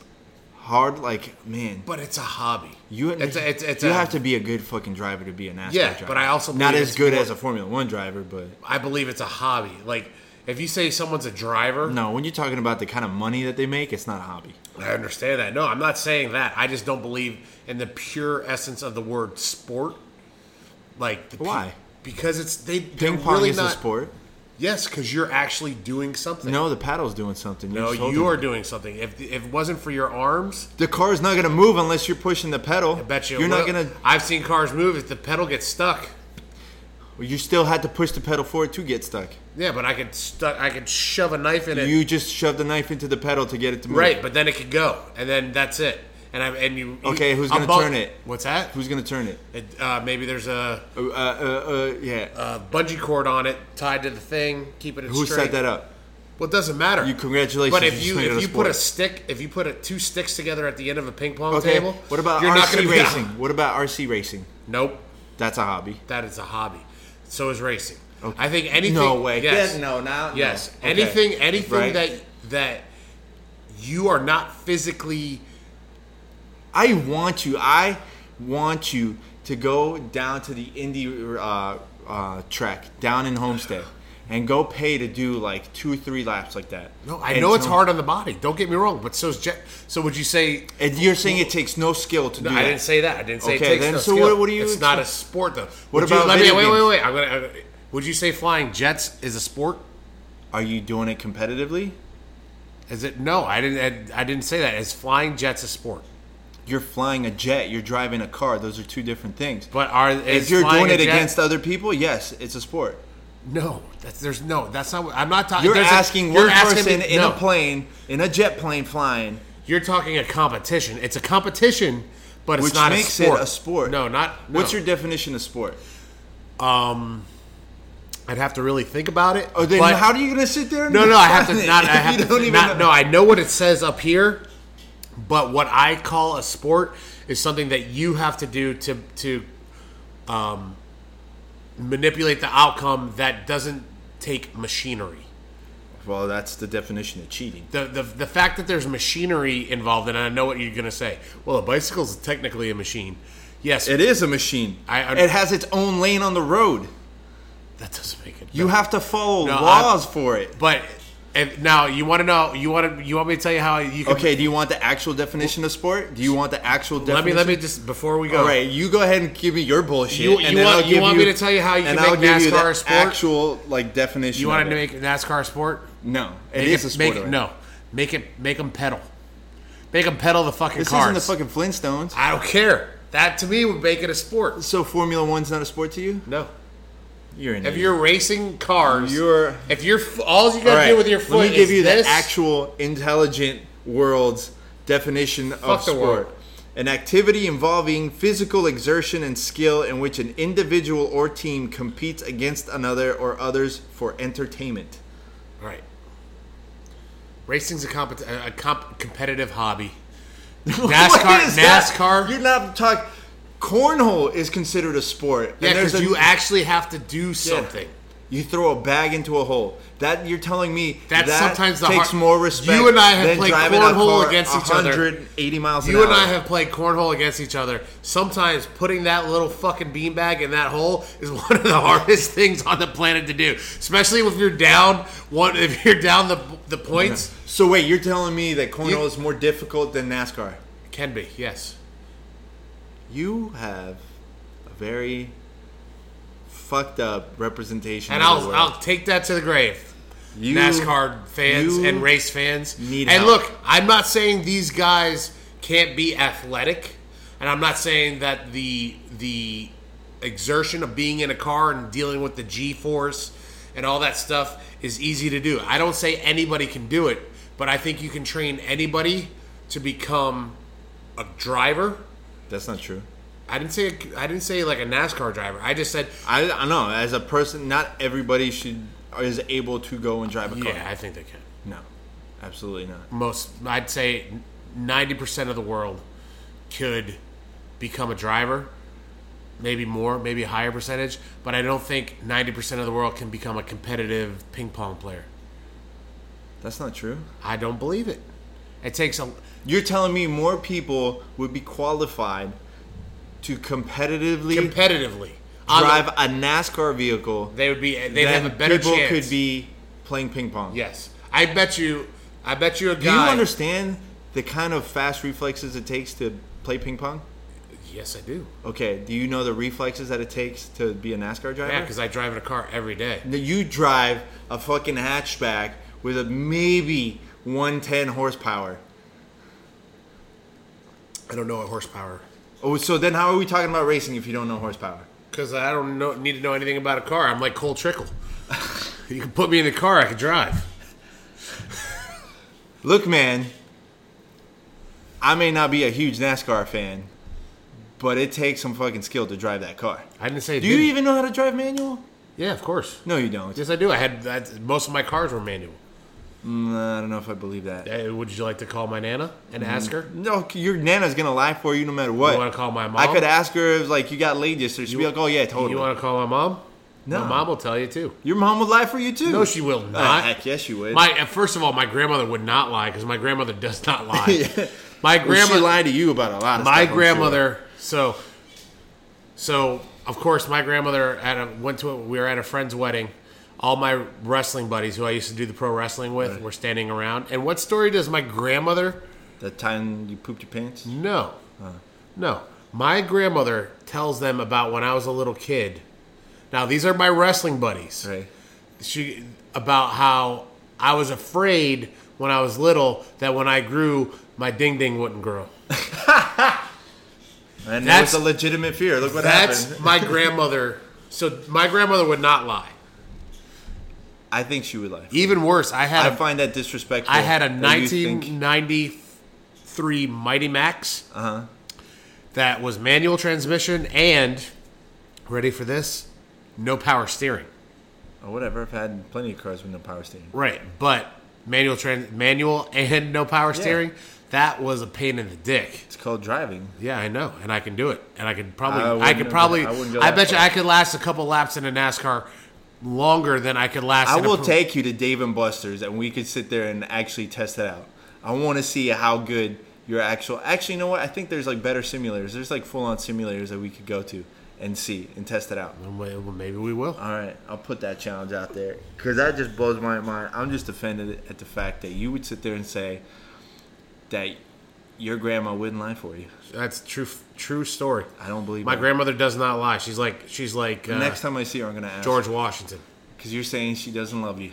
A: hard, like man.
B: But it's a hobby.
A: You
B: it's a, it's, it's
A: you
B: a,
A: have to be a good fucking driver to be a NASCAR
B: Yeah,
A: driver.
B: but I also
A: not
B: believe
A: as
B: it's
A: good
B: more-
A: as a Formula One driver, but
B: I believe it's a hobby. Like if you say someone's a driver,
A: no. When you're talking about the kind of money that they make, it's not a hobby.
B: I understand that. No, I'm not saying that. I just don't believe in the pure essence of the word sport. Like the pe-
A: Why?
B: because it's they they're
A: Ping pong
B: really
A: is
B: not,
A: a sport.
B: Yes, because you're actually doing something.
A: No, the paddle's doing something.
B: no,
A: just holding
B: you are
A: it.
B: doing something. If, if it wasn't for your arms,
A: The car's not gonna move unless you're pushing the pedal.
B: I bet you it
A: you're not
B: will.
A: gonna.
B: I've seen cars move if the pedal gets stuck.
A: You still had to push the pedal forward to get stuck.
B: Yeah, but I could stuck. I could shove a knife in it.
A: You just shove the knife into the pedal to get it to move.
B: right, but then it could go, and then that's it. And I and you. you-
A: Okay, who's
B: I'm
A: gonna
B: bu-
A: turn it?
B: What's that?
A: Who's gonna turn it?
B: It, uh, maybe there's a,
A: Uh, uh, uh, yeah.
B: a bungee cord on it tied to the thing, keeping it
A: Who
B: straight.
A: set that up?
B: Well, it doesn't matter.
A: You- congratulations,
B: But
A: you
B: if
A: just
B: you
A: made it
B: if
A: a
B: you put a
A: sport.
B: stick, if you put a, two sticks together at the end of a ping pong
A: Okay.
B: table,
A: What about
B: you're not
A: RC
B: gonna be-
A: racing? What about RC racing?
B: Nope.
A: That's a hobby.
B: That is a hobby. So is racing. I think anything.
A: No way.
B: Yes.
A: Yeah, no, now-
B: Yes.
A: no. Okay.
B: Anything. Anything
A: Right.
B: that that you are not physically.
A: I want you. I want you to go down to the indie uh, uh, track down in Homestead and go pay to do like two, three laps like that.
B: No, I
A: And
B: know it's
A: so-
B: hard on the body. Don't get me wrong, but so is jet. So would you say?
A: And you're saying it takes no skill to do
B: I
A: that.
B: didn't say that. I didn't say.
A: Okay,
B: it takes
A: then,
B: no
A: so
B: skill.
A: what- what do you
B: It's not a
A: expect-
B: sport though.
A: What
B: Would
A: about
B: You, let me,
A: video
B: wait, wait,
A: games?
B: wait. I'm gonna. I- Would you say flying jets is a sport?
A: Are you doing it competitively?
B: Is it? No, I didn't. I, I didn't say that. Is flying jets a sport?
A: You're flying a jet. You're driving a car. Those are two different things.
B: But are
A: if
B: is
A: you're
B: flying
A: doing
B: a
A: it
B: jet-
A: against other people, yes, it's a sport.
B: No, that's there's no. That's not. what I'm not talking.
A: You're
B: there's a-
A: asking
B: you're
A: one
B: asking
A: person
B: me-
A: in
B: no.
A: a plane, in a jet plane flying.
B: You're talking a competition. It's a competition, but it's
A: Which
B: not
A: makes
B: a
A: it
B: sport.
A: a sport.
B: No, not.
A: What's
B: no.
A: your definition of sport?
B: um? I'd have to really think about it.
A: Oh, then
B: but-
A: how are you gonna sit there? And
B: No, no, I
A: [LAUGHS]
B: have
A: define
B: to
A: it
B: [LAUGHS] not. I
A: if
B: have
A: you
B: to
A: don't even
B: not,
A: know?
B: No, I know what it says up here, but what I call a sport is something that you have to do to to um, manipulate the outcome that doesn't take machinery.
A: Well, that's the definition of cheating.
B: The, the, the fact that there's machinery involved, and I know what you're going to say. Well, a bicycle's technically a machine. Yes,
A: It is a machine.
B: I- I-
A: it has its own lane on the road.
B: that doesn't make it.
A: You have to follow
B: No, I-
A: laws for it.
B: but and now you want to know. You want to. You want me to tell you how you can.
A: Okay, do you want the actual definition of sport? Do you want the actual
B: Let
A: definition?
B: me let me just before we go.
A: All right, you go ahead and give me your bullshit.
B: You- you
A: and then
B: want-
A: I'll
B: you
A: give
B: want me to tell you how you
A: and
B: can
A: I'll
B: make
A: give you the
B: NASCAR a sport?
A: Actual like definition.
B: You want
A: of
B: to
A: it.
B: make NASCAR a sport?
A: no?
B: Make
A: it is a sport.
B: Make,
A: already.
B: no, make it make them pedal. Make them pedal the fucking
A: this isn't
B: cars.
A: the fucking Flintstones.
B: I don't care. That to me would make it a sport.
A: so Formula One's not a sport to you?
B: No,
A: You're an
B: if
A: idiot.
B: you're racing cars,
A: You're-
B: if you're f- all you
A: All
B: gotta
A: right,
B: do with your foot.
A: Let me give
B: is
A: you
B: this.
A: the actual intelligent world's definition of
B: Fuck the
A: sport.
B: world.
A: An activity involving physical exertion and skill in which an individual or team competes against another or others for
B: [LAUGHS]
A: entertainment.
B: Right. Racing's a, compet- a a comp- competitive hobby.
A: What
B: NASCAR,
A: is that?
B: NASCAR.
A: You're not talking. Cornhole is considered a sport.
B: yeah,
A: there's
B: because
A: a-
B: you actually have to do something.
A: You throw a bag into a hole. That you're telling me
B: That's
A: that
B: sometimes the
A: takes
B: hard-
A: more respect.
B: You and I have
A: than
B: played
A: driving a
B: cornhole
A: car
B: against each other.
A: 180 miles an
B: You and
A: hour.
B: I have played cornhole against each other. Sometimes putting that little fucking beanbag in that hole is [LAUGHS] one of the hardest things on the planet to do, especially if you're down one. If you're down the the points,
A: So wait, you're telling me that cornhole
B: You-
A: is more difficult than NASCAR?
B: can be yes.
A: You have a very fucked up representation.
B: And
A: of the
B: I'll
A: world.
B: I'll take that to the grave.
A: You-
B: NASCAR fans
A: you
B: and race fans.
A: need
B: and
A: help.
B: look, I'm not saying these guys can't be athletic, and I'm not saying that the the exertion of being in a car and dealing with the G force and all that stuff is easy to do. I don't say anybody can do it, but I think you can train anybody to become a driver.
A: That's not true.
B: I didn't say I didn't say like a NASCAR driver. I just said
A: I, I know. As a person, not everybody should is able to go and drive a car.
B: yeah, I think they can.
A: No, absolutely not.
B: most I'd say 90% of the world could become a driver maybe more maybe a higher percentage but I don't think 90% of the world can become a competitive ping pong player
A: That's not true.
B: I don't believe it it takes a
A: You're telling me more people would be qualified to competitively
B: competitively on the-
A: drive a NASCAR vehicle
B: they would be they'd
A: than
B: have a better
A: people
B: chance
A: could be playing ping pong.
B: yes I bet you I bet you a guy
A: Do you understand the kind of fast reflexes it takes to play ping pong?
B: yes I do
A: Okay, do you know the reflexes that it takes to be a NASCAR driver?
B: yeah because I drive in a car every day
A: Now, you drive a fucking hatchback with a maybe 110 horsepower.
B: I don't know what horsepower
A: Oh, so then how are we talking about racing if you don't know horsepower?
B: Because I don't know, need to know anything about a car. I'm like Cole Trickle. [LAUGHS] you can put me in the car, I can drive.
A: Look, man, I may not be a huge NASCAR fan, but it takes some fucking skill to drive that car.
B: I didn't say. it
A: Do you
B: didn't.
A: even know how to drive manual?
B: Yeah, of course.
A: No, you don't.
B: Yes, I do. I had that. Most of my cars were manual.
A: Mm, I don't know if I believe that.
B: Uh, Would you like to call my nana and
A: Mm-hmm.
B: ask her?
A: No, your nana's gonna lie for you no matter what.
B: You wanna call my
A: I
B: mom?
A: could ask her if like you got laid yesterday. She'd be like, "Oh yeah, totally."
B: You want to call my mom?
A: No.
B: My mom will tell you too.
A: your mom would lie for you too.
B: No,
A: [LAUGHS]
B: she will
A: Uh,
B: not.
A: heck, yes, she would.
B: My uh, first of all, my grandmother would not lie because my grandmother does
A: [LAUGHS]
B: not lie. My
A: Well,
B: grandma
A: she lied to you about a lot. of
B: my
A: stuff, I'm sure.
B: grandmother so so of course my grandmother at a, went to a, we were at a friend's wedding all my wrestling buddies who i used to do the pro wrestling with were standing around and what story does my grandmother
A: The time you pooped your pants.
B: no no my grandmother tells them about when i was a little kid now these are my wrestling buddies
A: Right.
B: she about how i was afraid when i was little that when i grew my ding ding wouldn't grow
A: And that's
B: That's-
A: a legitimate fear. Look what
B: That's
A: happened.
B: my grandmother. So my grandmother would not lie.
A: I think she would lie. for you.
B: Even worse, I
A: I
B: had a,
A: find that disrespectful.
B: I had a
A: that you think-
B: 1993 Mighty Max
A: Uh-huh.
B: that was manual transmission and ready for this, no power steering.
A: Oh, whatever. I've had plenty of cars with no power steering.
B: Right, but manual trans manual and no power steering. That was a pain in the dick.
A: It's called driving.
B: Yeah, I know, and I can do it, and I can probably,
A: I
B: I,
A: wouldn't
B: could
A: go-
B: probably,
A: I
B: I,
A: wouldn't go that
B: bet you,
A: far.
B: I could last a couple laps in a NASCAR longer than I could last.
A: I
B: in a
A: will
B: pro-
A: take you to Dave and Buster's, and we could sit there and actually test it out. I want to see how good your actual. Actually, you know what? I think there's like better simulators. There's like full on simulators that we could go to and see and test it out.
B: Well, maybe we will.
A: All right, I'll put that challenge out there because that just blows my mind. I'm just offended at the fact that you would sit there and say that your grandma wouldn't lie for you.
B: That's true. True story.
A: I don't believe
B: My
A: it.
B: grandmother does not lie. She's like she's like uh,
A: Next time I see her, I'm gonna ask
B: George Washington.
A: because you're saying she doesn't love you.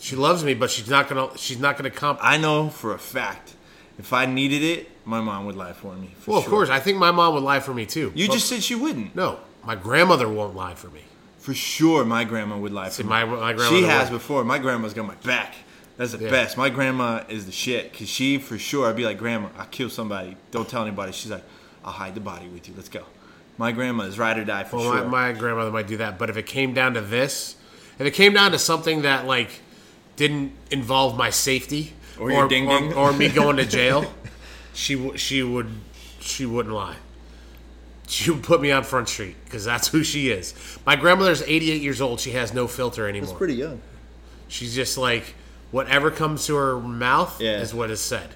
B: She loves me, but she's not gonna she's not gonna comp.
A: I know for a fact if I needed it, my mom would lie for me. For
B: Well, of
A: sure.
B: course, I think my mom would lie for me too.
A: You
B: But-
A: just said she wouldn't.
B: no. My grandmother won't lie for me.
A: For sure, my grandma would lie for me.
B: my- my
A: she
B: grandmother
A: has
B: would.
A: before. My grandma's got my back. That's the
B: Yeah.
A: best. My grandma is the shit. Cause she, for sure, I'd be like, Grandma, I killed somebody. Don't tell anybody. She's like, I'll hide the body with you. Let's go. My grandma is ride or die for
B: Well,
A: sure.
B: my, my grandmother might do that, but if it came down to this, if it came down to something that like didn't involve my safety
A: Or your ding ding.
B: or, me going
A: [LAUGHS]
B: to jail, she w- she would she wouldn't lie. She would put me on Front Street because that's who she is. My grandmother's 88 years old. She has no filter anymore.
A: pretty young.
B: She's just like whatever comes to her mouth
A: Yeah.
B: is what is said.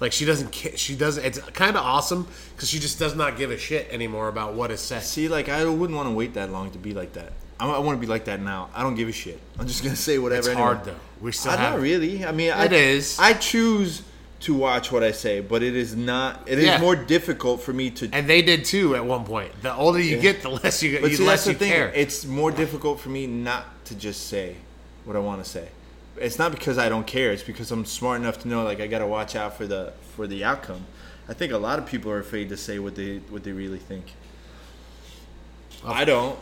B: Like she doesn't ca- she doesn't. It's kind of awesome because she just does not give a shit anymore about what is said.
A: See, like, I wouldn't want to wait that long to be like that. I, I want to be like that now. I don't give a shit. I'm just gonna say whatever.
B: It's
A: anyway.
B: hard though. We still
A: I
B: have
A: Uh, not really. I mean, I,
B: It is.
A: I choose to watch what I say, but it is not. It is
B: Yeah.
A: more difficult for me to
B: and they did too at one point. The older you get, the less you,
A: But
B: you
A: see,
B: less
A: that's
B: you
A: the thing.
B: care.
A: It's more difficult for me not to just say what I want to say. It's not because I don't care. It's because I'm smart enough to know like I got to watch out for the for the outcome. I think a lot of people are afraid to say what they what they really think. I don't.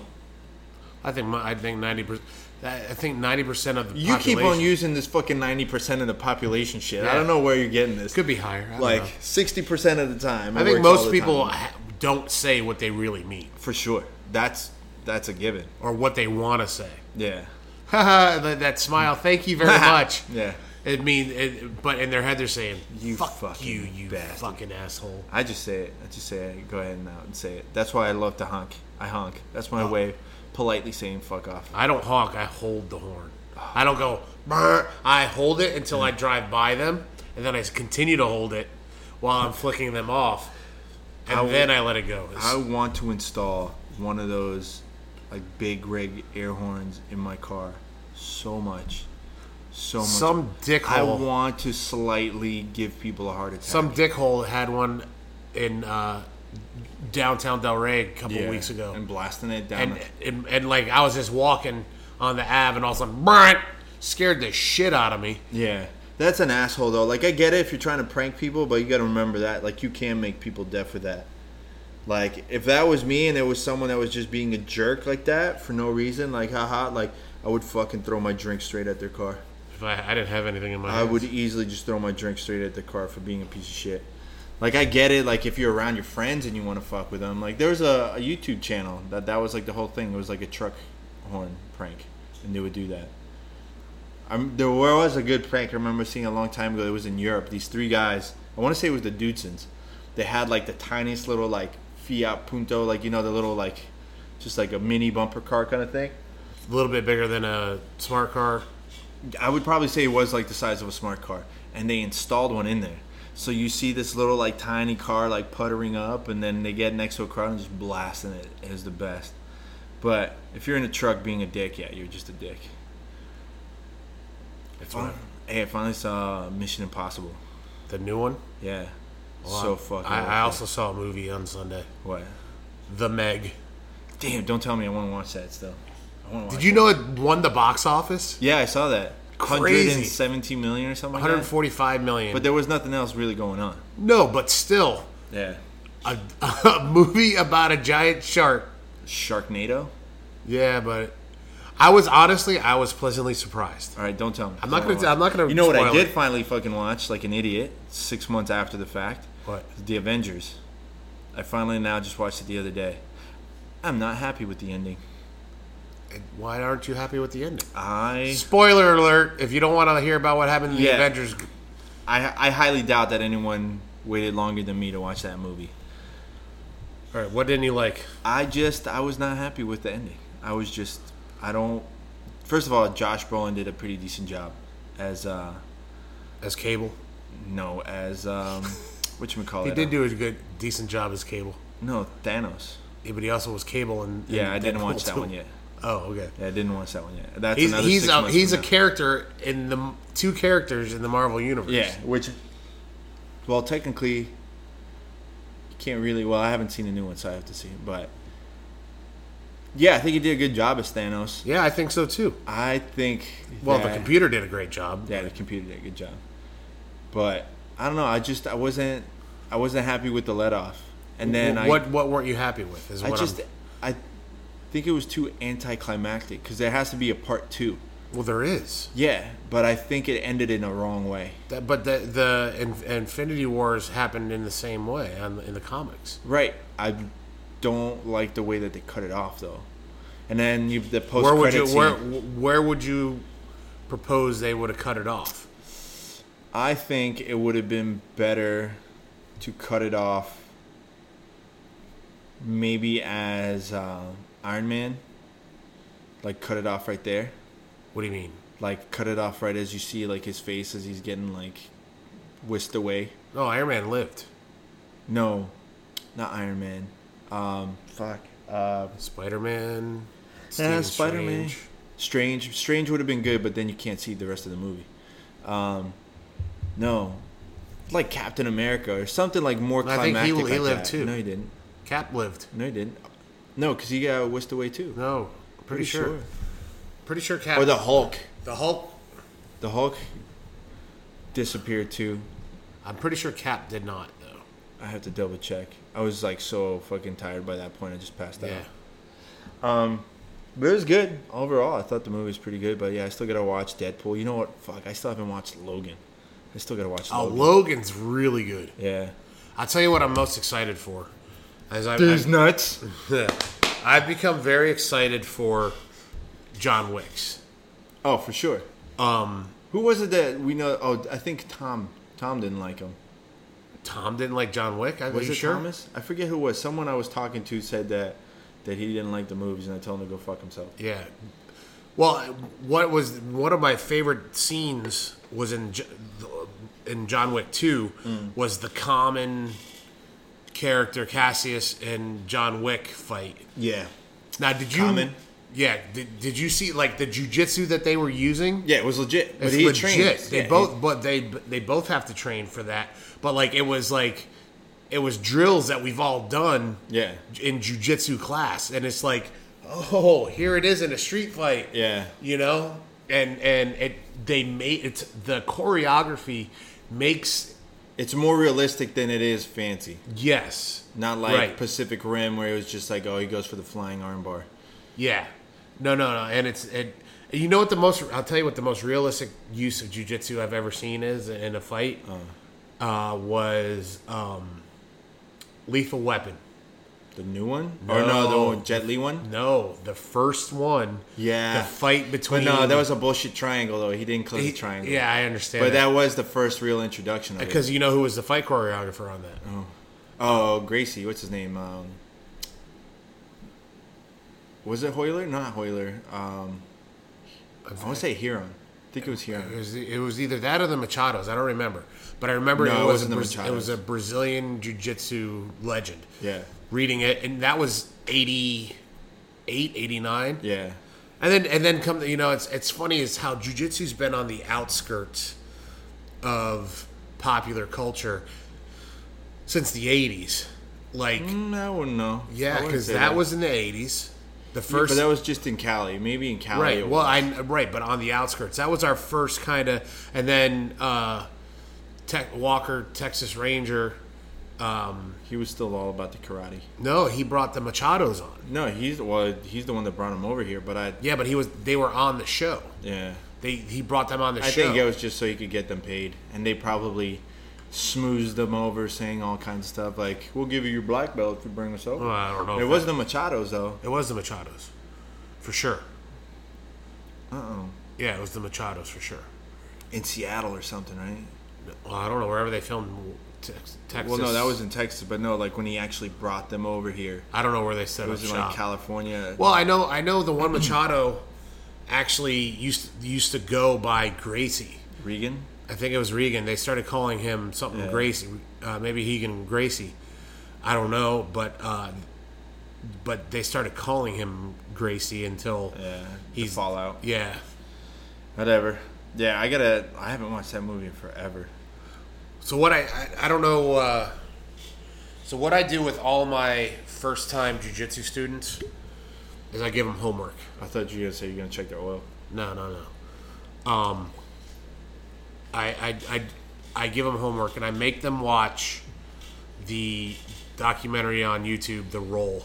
B: I think my, I think ninety percent. I I think ninety percent of the
A: You keep on
B: population-
A: using this fucking ninety percent of the population shit. I
B: Yeah.
A: don't know where you're getting this.
B: could be higher. I don't
A: like
B: know.
A: sixty percent of the time. it
B: I think
A: works all
B: most
A: the
B: people
A: time.
B: ha- don't say what they really mean
A: for sure. That's that's a given.
B: or what they want to say. [LAUGHS]
A: Yeah.
B: Haha, that that smile. Thank you very much.
A: [LAUGHS] Yeah.
B: It mean, it, but in their head they're saying,
A: You
B: "Fuck
A: fucking
B: you, you
A: bastard."
B: fucking asshole."
A: I just say it. I just say it. Go ahead and out and say it. That's why I love to honk. I honk. That's my way of politely saying fuck off.
B: I don't honk. I hold the horn. I don't go. "Brr." I hold it until I drive by them, and then I continue to hold it while I'm flicking them off, and then I let it go. It's-
A: I want to install one of those like big rig air horns in my car so much. So much.
B: some
A: I
B: dickhole.
A: want to slightly give people a heart attack.
B: Some dickhole had one in uh, downtown Delray a couple
A: Yeah.
B: weeks ago,
A: And blasting it down.
B: and,
A: the-
B: and and like I was just walking on the Ave, and all of a sudden, "Brr," scared the shit out of me.
A: yeah. That's an asshole though. Like I get it if you're trying to prank people, but you got to remember that like you can make people deaf with that. Like if that was me and there was someone that was just being a jerk like that for no reason, like haha, like I would fucking throw my drink straight at their car.
B: If I, I didn't have anything in my,
A: I
B: hand.
A: would easily just throw my drink straight at the car for being a piece of shit. Like I get it. Like if you're around your friends and you want to fuck with them, like there was a, a YouTube channel that that was like the whole thing. It was like a truck horn prank, and they would do that. I'm, there was a good prank I remember seeing a long time ago. It was in Europe. These three guys, I want to say it was the Dudesons. They had like the tiniest little like Fiat Punto, like you know the little like, just like a mini bumper car kind of thing.
B: a little bit bigger than a smart car.
A: I would probably say it was like the size of a smart car, and they installed one in there. So you see this little like tiny car like puttering up, and then they get next to a crowd and just blasting it. It was the best. But if you're in a truck being a dick, yeah, you're just a dick.
B: It's whatever.
A: Hey, I finally saw Mission Impossible.
B: The new one.
A: Yeah, so fucking.
B: I,
A: worth
B: I
A: it.
B: also saw a movie on Sunday,
A: what?
B: The Meg.
A: Damn! Don't tell me I want to watch that still. I want to watch.
B: Did you know it won the box office?
A: Yeah, I saw that.
B: Crazy.
A: 117 million or something. Like that.
B: 145 million.
A: But there was nothing else really going on.
B: no, but still,
A: Yeah.
B: a, [LAUGHS] a movie about a giant shark.
A: Sharknado.
B: Yeah, but I was honestly, I was pleasantly surprised.
A: All right, don't tell me.
B: I'm not
A: Don't
B: gonna-
A: watch.
B: I'm not gonna
A: You know what I
B: spoil
A: did
B: it.
A: finally fucking watch like an idiot six months after the fact.
B: What?
A: The Avengers. I finally now just watched it the other day. I'm not happy with the ending.
B: why aren't you happy with the ending?
A: I
B: Spoiler alert! If you don't want to hear about what happened in the
A: Yeah.
B: Avengers,
A: I I highly doubt that anyone waited longer than me to watch that movie.
B: all right, what didn't you like?
A: I just I was not happy with the ending. I was just I don't. First of all, Josh Brolin did a pretty decent job as uh
B: As Cable,
A: no as
B: [LAUGHS]
A: um what you call
B: he did do a good, decent job as Cable.
A: no Thanos.
B: Yeah, but he also was Cable, and
A: Yeah, I didn't watch that one yet.
B: Oh, okay.
A: Yeah, I didn't watch that one yet. That's
B: He's
A: another
B: he's
A: six
B: a,
A: months
B: he's a
A: from now.
B: character in the m- two characters in the Marvel universe.
A: Yeah, which, well, technically, you can't really. Well, I haven't seen the new one, so I have to see. it, But yeah, I think he did a good job as Thanos.
B: yeah, I think so too.
A: I think.
B: Well, the
A: that-
B: computer did a great job.
A: Yeah, the computer did a good job. But I don't know. I just I wasn't I wasn't happy with the let off, and then
B: Wh-
A: I
B: what what weren't you happy with? Is
A: I
B: what um, I'm-
A: just I think it was too anticlimactic because there has to be a part two.
B: well, there is.
A: Yeah, but I think it ended in a wrong way.
B: That, but the the in, Infinity Wars happened in the same way on, in the comics.
A: Right. I don't like the way that they cut it off though. And then you the post
B: Where would
A: credit
B: you
A: scene.
B: where where would you propose they would have cut it off?
A: I think it would have been better to cut it off. Maybe as um Iron Man, like cut it off right there.
B: What do you mean?
A: Like cut it off right as you see like his face as he's getting like whisked away.
B: No, Oh, Iron Man lived.
A: No, not Iron Man. Um, Fuck. Uh,
B: Spider Man.
A: Yeah, Spider Man. Strange. Strange would have been good, but then you can't see the rest of the movie. Um, no, like Captain America or something like more
B: I
A: climactic.
B: think he- he
A: like
B: lived
A: that.
B: too.
A: No, he didn't.
B: Cap lived.
A: No, he didn't. No, because he got whisked away too.
B: No, pretty, sure. Pretty sure Cap.
A: Or the Hulk.
B: the Hulk.
A: The Hulk disappeared too.
B: I'm pretty sure Cap did not though.
A: I have to double check. I was like so fucking tired by that point. I just passed out.
B: Yeah.
A: But it was good overall. I thought the movie was pretty good. But yeah, I still gotta watch Deadpool. You know what? Fuck, I still haven't watched Logan. I still gotta watch
B: Oh,
A: Logan.
B: Logan's really good.
A: yeah.
B: I'll tell you what I'm most excited for. As I've,
A: There's
B: [LAUGHS] I've,
A: nuts.
B: I've become very excited for John Wick's.
A: Oh, for sure.
B: Um,
A: Who was it that we know? Oh, I think Tom. Tom didn't like him.
B: Tom didn't like John Wick. I
A: Was
B: you
A: it
B: sure?
A: Thomas? I forget who it was. Someone I was talking to said that that he didn't like the movies, and I told him to go fuck himself.
B: Yeah. Well, what was one of my favorite scenes was in J- in John Wick Two was the common character Cassius and John Wick fight.
A: Yeah.
B: Now, did you?
A: Common.
B: Yeah. Did, did you see like the jujitsu that they were using?
A: Yeah, it was legit.
B: It's
A: but he
B: legit.
A: trained.
B: They
A: Yeah,
B: both, but they they both have to train for that. But like it was like it was drills that we've all done.
A: Yeah.
B: In jujitsu class, and it's like, oh, here it is in a street fight.
A: Yeah.
B: You know, and and it they made it's the choreography makes
A: It's more realistic than it is fancy.
B: yes
A: Not like
B: Right.
A: Pacific Rim, where it was just like, oh, he goes for the flying armbar.
B: Yeah. No, no, no. And it's it. You know what the most? I'll tell you what the most realistic use of jujitsu I've ever seen is in a fight. Uh, was um, Lethal Weapon.
A: The new one? Or no, the
B: No.
A: one, Jet Li one?
B: No, the first one.
A: Yeah.
B: The fight
A: But
B: between.
A: no, that was a bullshit triangle though. He didn't close
B: He-
A: the triangle.
B: Yeah, I understand.
A: But that was the first real introduction of it.
B: because you know who was the fight choreographer on that?
A: Oh, Gracie, what's his name? Um, was it Hoyler? Not Hoyler. Um, I want to say Huron. I think it was
B: It
A: Huron.
B: was, it was either that or the Machados. I don't remember, but I remember
A: No,
B: it,
A: it
B: was a
A: wasn't the
B: Braz- it was
A: Machados.
B: a Brazilian jiu-jitsu legend.
A: Yeah.
B: reading it, and that was 88, 89.
A: Yeah.
B: And then and then come you know it's it's funny is how jujitsu's been on the outskirts of popular culture since the 80s. Like
A: Mm, I wouldn't know. I
B: yeah,
A: wouldn't
B: because
A: say
B: that, was in the 80s. The
A: Yeah,
B: first
A: but that was just in Cali. Maybe in Cali.
B: right.
A: it
B: Well,
A: was.
B: I right, but on the outskirts. That was our first kind of, and then uh, Tech Walker, Texas Ranger. Um,
A: he was still all about the karate.
B: no, he brought the Machados on.
A: No, he's well, he's the one that brought him over here. But I,
B: Yeah, but he was they were on the show.
A: yeah,
B: They he brought them on the
A: I
B: show.
A: think it was just so he could get them paid, and they probably smoothed them over, saying all kinds of stuff like, "We'll give you your black belt if you bring us over."
B: Well, I don't know
A: It
B: if
A: wasn't the Machados though.
B: It was the Machados, for sure. Yeah, it was the Machados for sure.
A: in Seattle or something, right?
B: Well, I don't know wherever they filmed Tex- Texas.
A: Well, no, that was in Texas, but no, like when he actually brought them over here,
B: I don't know where they set
A: it
B: up
A: was in
B: shop.
A: like California.
B: well, I know I know the one Machado actually used used to go by Gracie.
A: Regan.
B: I think it was Regan. They started calling him something
A: Yeah.
B: Gracie, uh, maybe Hegan Gracie. I don't know, but uh, but they started calling him Gracie until
A: Yeah, the
B: he's
A: Fallout.
B: Yeah,
A: Whatever. Yeah, I gotta. I haven't watched that movie in forever.
B: So what I I, I don't know. Uh, so what I do with all my first time jujitsu students is I give them homework.
A: I thought you were gonna say you're gonna check their oil.
B: No, no, no. Um, I I I, I give them homework and I make them watch the documentary on YouTube, The Roll,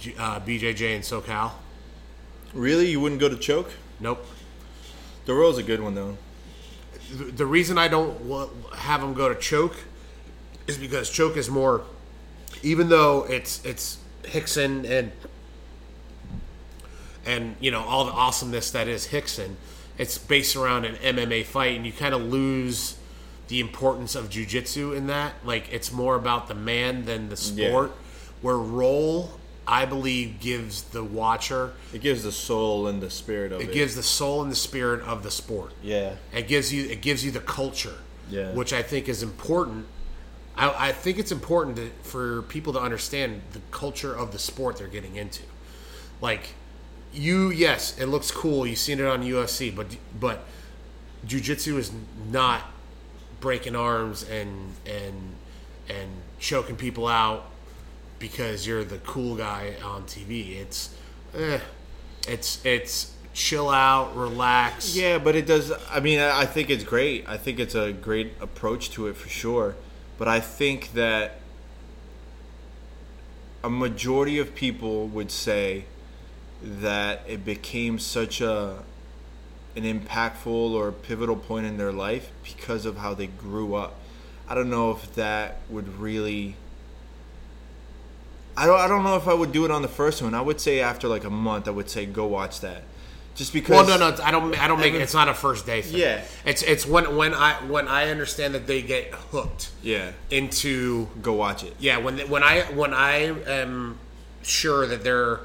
B: J- uh, BJJ and SoCal.
A: Really, you wouldn't go to choke?
B: Nope.
A: The roll's a good one though.
B: The, the reason I don't wa- have them go to choke is because choke is more, even though it's it's Hickson and and you know all the awesomeness that is Hickson. It's based around an MMA fight, and you kind of lose the importance of jujitsu in that. Like it's more about the man than the
A: Yeah.
B: sport. Where roll, I believe, gives the watcher
A: It gives the soul and the spirit of it.
B: it gives the soul and the spirit of the sport.
A: Yeah.
B: It gives you it gives you the culture,
A: Yeah.
B: which I think is important. I, I think it's important to, for people to understand the culture of the sport they're getting into. Like you, yes, it looks cool. You've seen it on UFC, but but jujitsu is not breaking arms and and and choking people out because you're the cool guy on TV. It's eh, it's it's chill out, relax.
A: Yeah, but it does. I mean, I I think it's great. I think it's a great approach to it for sure. But I think that a majority of people would say that it became such a an impactful or pivotal point in their life because of how they grew up. I don't know if that would really. I don't. I don't know if I would do it on the first one. I would say after like a month, I would say go watch that, just because.
B: Well, no, no, it's- I don't. I don't make it. It's not a first day thing.
A: Yeah.
B: it's it's when when I when I understand that they get hooked
A: Yeah.
B: into
A: Go watch it.
B: yeah when when I when I am sure that they're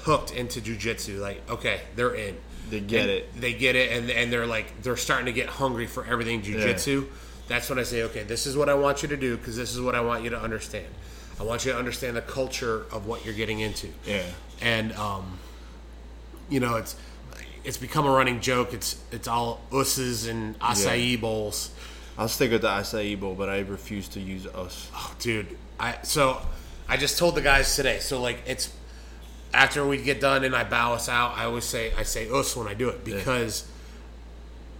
B: hooked into jujitsu, like okay, they're in.
A: They get
B: And
A: it.
B: They get it, and and they're like they're starting to get hungry for everything jujitsu. That's when I say, okay, this is what I want you to do because this is what I want you to understand. I want you to understand the culture of what you're getting into.
A: Yeah.
B: and um, you know it's it's become a running joke. It's it's all usses and acai bowls.
A: I'll stick with the acai bowl, but I refuse to use us.
B: Oh, dude, I so I just told the guys today. So like it's after we get done and I bow us out. I always say I say us when I do it because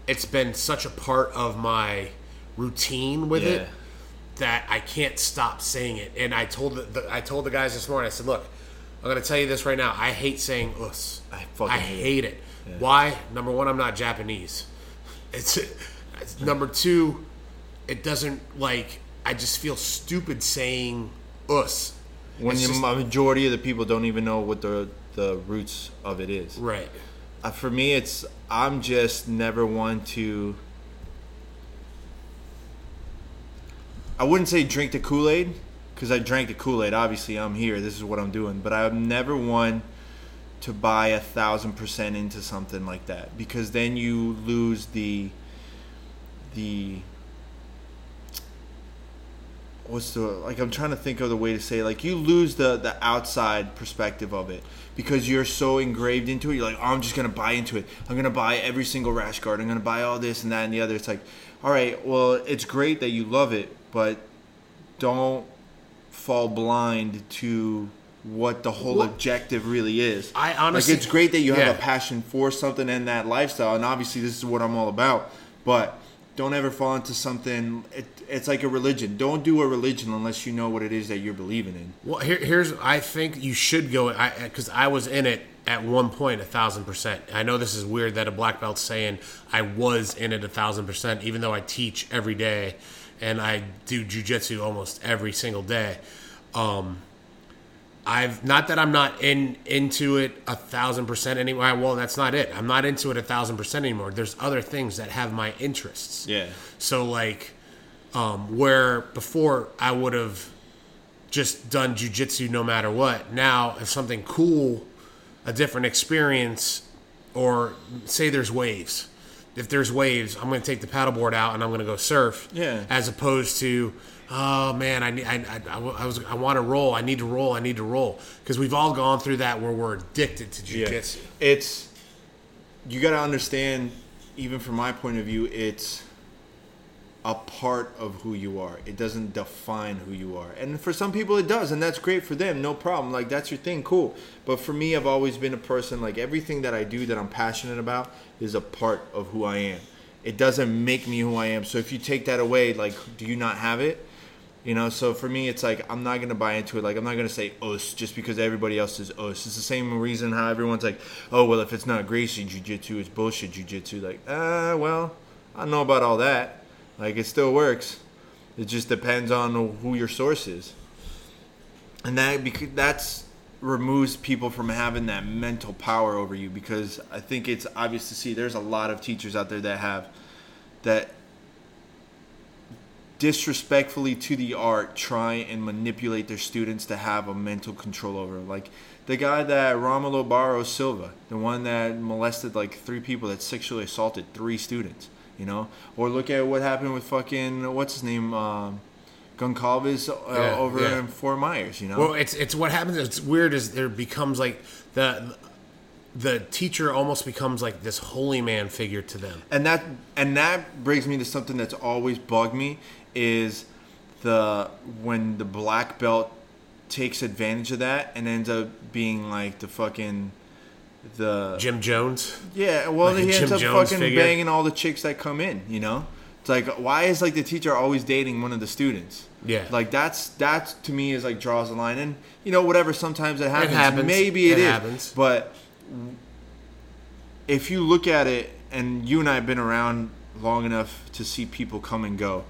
B: it's been such a part of my routine with
A: Yeah.
B: it that I can't stop saying it. And I told the, the I told the guys this morning. I said, look, I'm gonna tell you this right now. I hate saying us.
A: I fucking hate it.
B: hate it. Why? Number one, I'm not Japanese. It's, it's number two. It doesn't like. I just feel stupid saying us.
A: When
B: It's
A: the
B: just-
A: majority of the people don't even know what the the roots of it is.
B: right.
A: Uh, for me, it's I'm just never one to. I wouldn't say drink the Kool Aid because I drank the Kool Aid. Obviously, I'm here. This is what I'm doing. But I'm never one to buy a thousand percent into something like that because then you lose the the what's the like I'm trying to think of the way to say it. like you lose the the outside perspective of it because you're so engraved into it you're like oh, I'm just gonna buy into it I'm gonna buy every single rash guard I'm gonna buy all this and that and the other it's like all right well it's great that you love it but don't fall blind to what the whole objective really is
B: I honestly-
A: like it's great that you have
B: Yeah.
A: a passion for something in that lifestyle and obviously this is what i'm all about but don't ever fall into something it, it's like a religion don't do a religion unless you know what it is that you're believing in
B: Well, here, here's I think you should go because I, was in it at one point a thousand percent. I know this is weird that a black belt's saying I was in it a thousand percent, even though I teach every day and I do jujitsu almost every single day. Um, I've not that I'm not in into it a thousand percent anymore. Well, that's not it. I'm not into it a thousand percent anymore. There's other things that have my interests.
A: Yeah.
B: So like, um, where before I would have just done jujitsu no matter what. Now, if something cool, a different experience, or say there's waves, if there's waves, I'm going to take the paddleboard out and I'm going to go surf.
A: Yeah.
B: As opposed to, oh man, I need, I, I, I wa- I was, I want to roll. I need to roll. I need to roll because we've all gone through that where we're addicted to
A: Yeah.
B: jujitsu.
A: It's you got to understand. Even from my point of view, it's a part of who you are. It doesn't define who you are. And for some people, it does, and that's great for them. No problem. Like that's your thing, cool. But for me, I've always been a person like everything that I do that I'm passionate about is a part of who I am. It doesn't make me who I am. So if you take that away, like, do you not have it? You know, so for me, it's like I'm not gonna buy into it. Like I'm not gonna say os just because everybody else is os. It's the same reason how everyone's like, oh well, if it's not Gracie jujitsu, it's bullshit jujitsu. Like, ah, well, I don't know about all that. Like it still works. It just depends on who your source is, and that because that's removes people from having that mental power over you. Because I think it's obvious to see there's a lot of teachers out there that have that disrespectfully to the art try and manipulate their students to have a mental control over it. like the guy that Romulo Barros Silva the one that molested like three people that sexually assaulted three students you know or look at what happened with fucking what's his name um, Goncalves uh,
B: Yeah,
A: over
B: yeah.
A: in Fort Myers you know
B: Well, it's it's what happens. It's weird. Is there becomes like the the teacher almost becomes like this holy man figure to them.
A: and that and that brings me to something that's always bugged me is the when the black belt takes advantage of that and ends up being like the fucking the
B: Jim Jones.
A: yeah well
B: Like a
A: he ends
B: Jim
A: up
B: Jones
A: fucking
B: figure.
A: banging all the chicks that come in you know it's like why is like the teacher always dating one of the students
B: Yeah.
A: like that's that's to me is like draws the line and you know whatever sometimes it happens,
B: happens.
A: maybe it
B: It
A: is
B: happens.
A: but if you look at it, and you and I have been around long enough to see people come and go,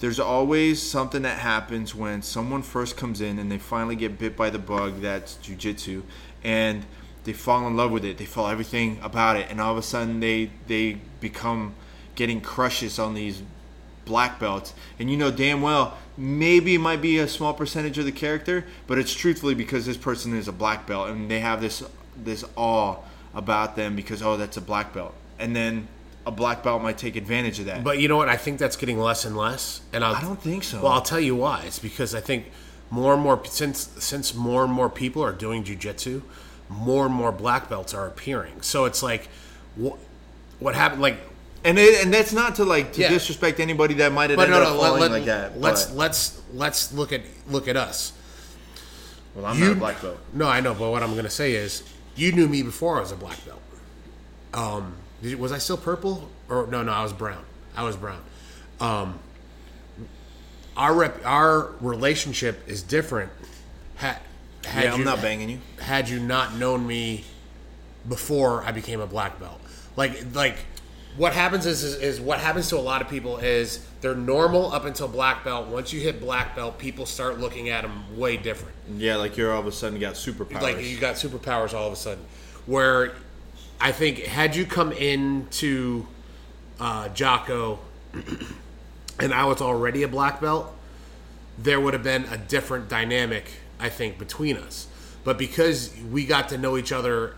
A: there's always something that happens when someone first comes in and they finally get bit by the bug that's jujitsu, and they fall in love with it. They fall everything about it, and all of a sudden they they become getting crushes on these black belts, and you know damn well maybe it might be a small percentage of the character, but it's truthfully because this person is a black belt and they have this this awe about them because oh that's a black belt, and then a black belt might take advantage of that.
B: But you know what? I think that's getting less and less. And I'll,
A: I don't think so.
B: Well, I'll tell you why. It's because I think more and more since since more and more people are doing jujitsu, more and more black belts are appearing. So it's like, what what happened? Like,
A: and it, and that's not to like to
B: Yeah.
A: disrespect anybody that might have
B: but
A: ended
B: no,
A: up
B: no. Let,
A: falling
B: let,
A: like that.
B: let's
A: but-
B: let's let's look at look at us.
A: well, I'm
B: you-
A: not a black belt.
B: No, I know, but what I'm gonna say is, you knew me before I was a black belt. Um, did- was I still purple? Or no, no, I was brown. I was brown. Um, our rep, our relationship is different. Had, had
A: Yeah, I'm
B: you-
A: not banging you.
B: Had you not known me before I became a black belt, like like what happens is, is is what happens to a lot of people is they're normal up until black belt. Once you hit black belt, people start looking at them way different
A: Yeah, like you're all of a sudden got superpowers.
B: like you got superpowers all of a sudden. Where I think had you come into uh, Jocko [CLEARS THROAT] and I was already a black belt, there would have been a different dynamic, I think, between us. But because we got to know each other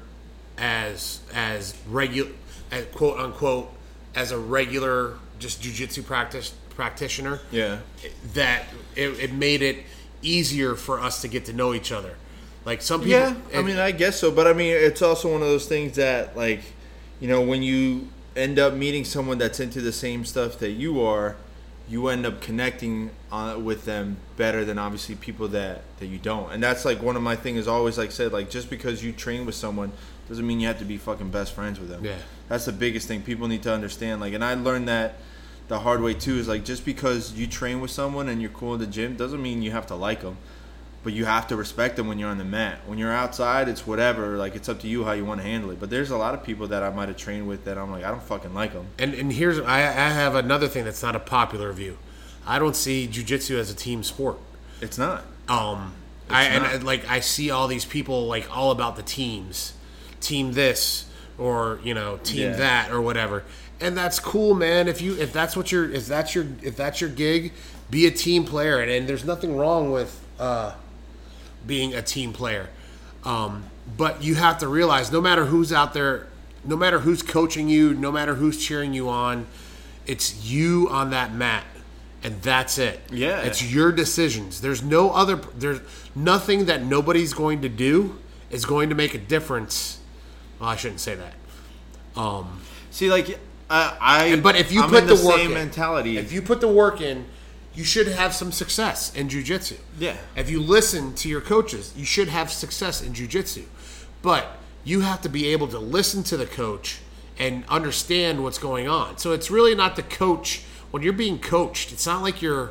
B: as as regular, as quote unquote, as a regular just jujitsu practice practitioner,
A: yeah.
B: that it, it made it easier for us to get to know each other. Like some people,
A: Yeah, I
B: and-
A: mean, I guess so. But I mean, it's also one of those things that, like, you know, when you end up meeting someone that's into the same stuff that you are, you end up connecting uh, with them better than obviously people that that you don't. And that's like one of my things is always like said like just because you train with someone doesn't mean you have to be fucking best friends with them.
B: Yeah.
A: that's the biggest thing people need to understand. Like, and I learned that. The hard way too is like just because you train with someone and you're cool in the gym doesn't mean you have to like them but you have to respect them when you're on the mat. When you're outside, it's whatever. Like it's up to you how you want to handle it. But there's a lot of people that I might have trained with that I'm like, I don't fucking like them.
B: and and here's I, I have another thing that's not a popular view. I don't see jujitsu as a team sport.
A: It's not.
B: Um, I, and I, like I see all these people like all about the teams, team this or you know team
A: Yeah.
B: that or whatever, and that's cool, man. If you if that's what your if that's your if that's your gig, be a team player, and, and there's nothing wrong with uh, being a team player. Um, but you have to realize no matter who's out there, no matter who's coaching you, no matter who's cheering you on, it's you on that mat. And that's it.
A: Yeah.
B: It's your decisions. There's no other there's nothing that nobody's going to do is going to make a difference. Well, I shouldn't say that. Um,
A: See, like I, I
B: but if you
A: I'm
B: put
A: in
B: the,
A: the,
B: work
A: same
B: in,
A: mentality,
B: if you put the work in, you should have some success in jujitsu.
A: Yeah.
B: If you listen to your coaches, you should have success in jujitsu. But you have to be able to listen to the coach and understand what's going on. So it's really not the coach when you're being coached. It's not like you're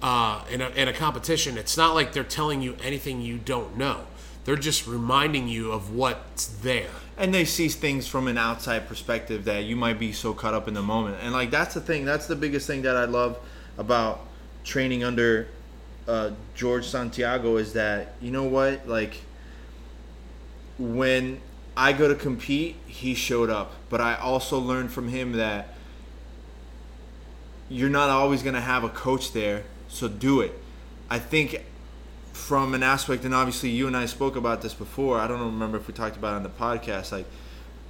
B: uh, in, a, in a competition. It's not like they're telling you anything you don't know. They're just reminding you of what's there.
A: and they see things from an outside perspective that you might be so caught up in the moment and like that's the thing that's the biggest thing that i love about training under uh, george santiago is that you know what like when i go to compete he showed up but i also learned from him that you're not always going to have a coach there so do it i think from an aspect, and obviously you and I spoke about this before. I don't remember if we talked about it on the podcast. Like,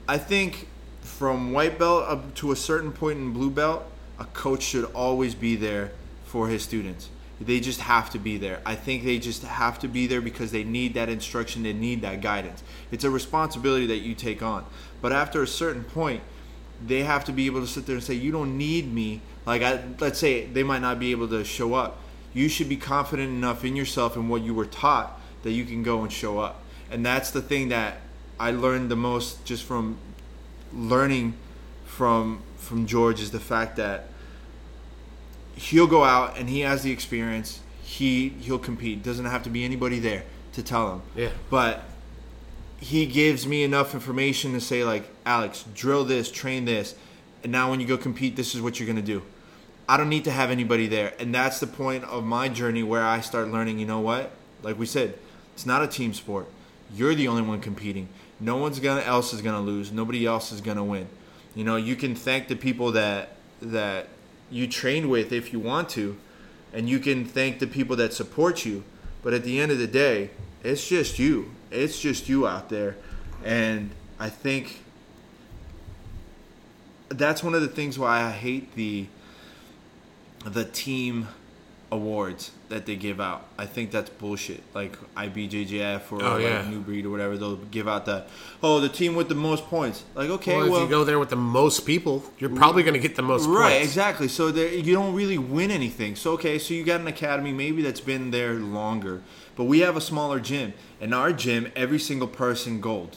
A: I think from white belt up to a certain point in blue belt, a coach should always be there for his students. They just have to be there. I think they just have to be there because they need that instruction. They need that guidance. It's a responsibility that you take on. But after a certain point, they have to be able to sit there and say, "You don't need me." Like, I, let's say they might not be able to show up. You should be confident enough in yourself and what you were taught that you can go and show up. And that's the thing that I learned the most just from learning from from George is the fact that he'll go out and he has the experience. He he'll compete. Doesn't have to be anybody there to tell him.
B: Yeah.
A: But he gives me enough information to say like, Alex, drill this, train this, and now when you go compete, this is what you're gonna do. I don't need to have anybody there, and that's the point of my journey where I start learning. You know what? Like we said, it's not a team sport. You're the only one competing. No one's gonna else is gonna lose. Nobody else is gonna win. You know, you can thank the people that that you train with if you want to, and you can thank the people that support you. But at the end of the day, it's just you. It's just you out there. And I think that's one of the things why I hate the the team awards that they give out. I think that's bullshit. Like IBJJF or
B: Oh,
A: like
B: yeah.
A: New Breed or whatever, they'll give out that. Oh, the team with the most points. Like okay,
B: Well,
A: well,
B: if you go there with the most people, you're probably going to get the most
A: Right,
B: points.
A: exactly. So there, you don't really win anything. So okay, so you got an academy maybe that's been there longer, but we have a smaller gym. In our gym, every single person gold,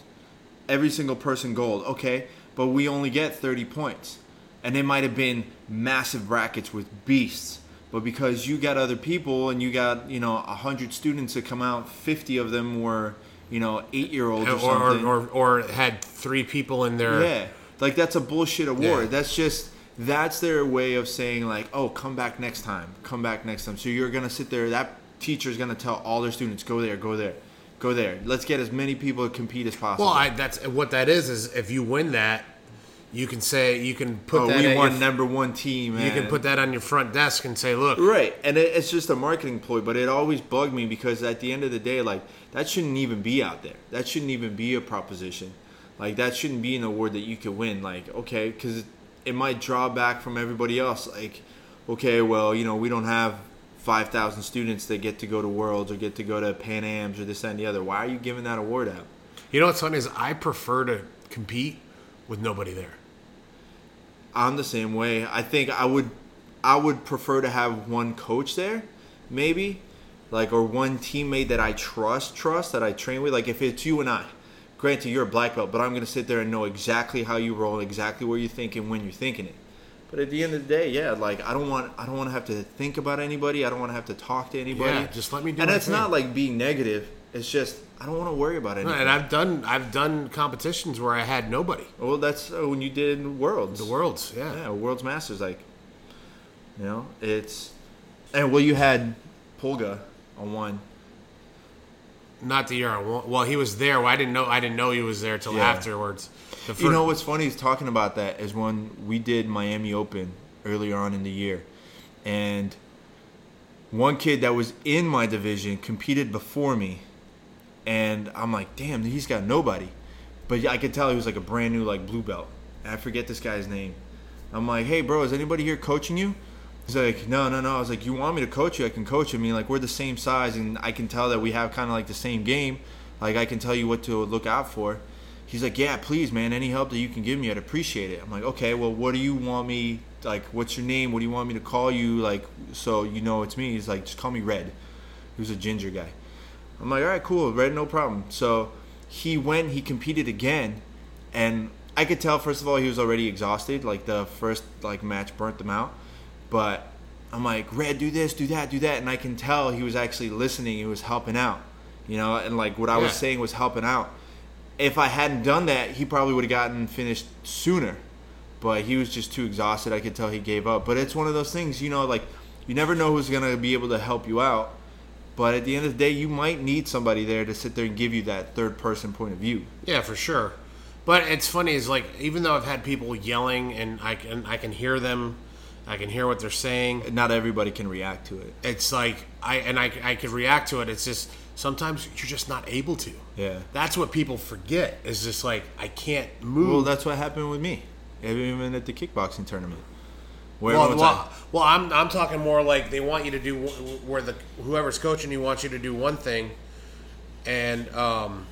A: every single person gold. Okay, but we only get thirty points, and they might have been massive brackets with beasts. But because you got other people and you got you know hundred students that come out, fifty of them were you know eight year olds or,
B: or,
A: something.
B: or, or, or had three people in there.
A: Yeah, like that's a bullshit award.
B: Yeah.
A: That's just that's their way of saying like, oh, come back next time, come back next time. So you're gonna sit there. That teacher's gonna tell all their students, go there, go there, go there. Let's get as many people to compete as possible.
B: Well, I, that's what that is. Is if you win that, you can say you can put
A: oh,
B: that.
A: we
B: at
A: won
B: your-
A: number one team.
B: you can
A: and-
B: put that on your front desk and say, "Look,
A: Right, and it, it's just a marketing ploy, but it always bugged me because at the end of the day, like that shouldn't even be out there. That shouldn't even be a proposition. Like that shouldn't be an award that you could win. Like okay, because it, it might draw back from everybody else. Like okay, well you know we don't have five thousand students that get to go to Worlds or get to go to Pan Am's or this that, and the other. Why are you giving that award out?
B: you know what's funny is I prefer to compete with nobody there."
A: I'm the same way. I think I would I would prefer to have one coach there, maybe, like or one teammate that I trust, trust that I train with. Like if it's you and I, granted you're a black belt, but I'm gonna sit there and know exactly how you roll, exactly where you think and when you're thinking it. But at the end of the day, yeah, like I don't want I don't want to have to think about anybody. I don't want to have to talk to anybody.
B: Yeah, just let me do
A: And
B: my
A: it's not
B: thing.
A: like being negative. It's just I don't want to worry about anything.
B: And I've done I've done competitions where I had nobody.
A: well, that's uh, when you did worlds.
B: The worlds, yeah.
A: yeah, World's Masters, like, you know, it's, and well, you had Polga on one,
B: Not the year I won. Well, he was there. Well, I didn't know. I didn't know he was there till
A: Yeah.
B: afterwards. The
A: You
B: fir-
A: know what's funny is talking about that is when we did Miami Open earlier on in the year, and one kid that was in my division competed before me, and I'm like, damn, he's got nobody, but yeah, I could tell he was like a brand new like blue belt. And I forget this guy's name. I'm like, hey, bro, is anybody here coaching you? He's like, no, no, no. I was like, you want me to coach you? I can coach you. I mean, like, we're the same size, and I can tell that we have kind of like the same game. Like, I can tell you what to look out for. He's like, yeah, please, man. Any help that you can give me, I'd appreciate it. I'm like, okay, well, what do you want me? Like, what's your name? What do you want me to call you? Like, so you know it's me. He's like, just call me Red. He was a ginger guy. I'm like, all right, cool, Red, no problem. So he went, he competed again, and I could tell first of all he was already exhausted. Like the first like match burnt them out, but I'm like, Red, do this, do that, do that, and I can tell he was actually listening. He was helping out, you know, and like what I was
B: Yeah.
A: saying was helping out. If I hadn't done that, he probably would have gotten finished sooner but he was just too exhausted. I could tell he gave up. But it's one of those things, you know, like you never know who's gonna be able to help you out. But at the end of the day, you might need somebody there to sit there and give you that third person point of view.
B: Yeah, for sure. But it's funny is like even though I've had people yelling and I can I can hear them, I can hear what they're saying.
A: Not everybody can react to it.
B: It's like I and I I could react to it. It's just sometimes you're just not able to.
A: Yeah.
B: That's what people forget. Is just like I can't move.
A: Well, that's what happened with me, even at the kickboxing tournament. Where
B: Well,
A: everyone's like,
B: well, well, I'm, I'm talking more like they want you to do wh- where the whoever's coaching you wants you to do one thing, and um,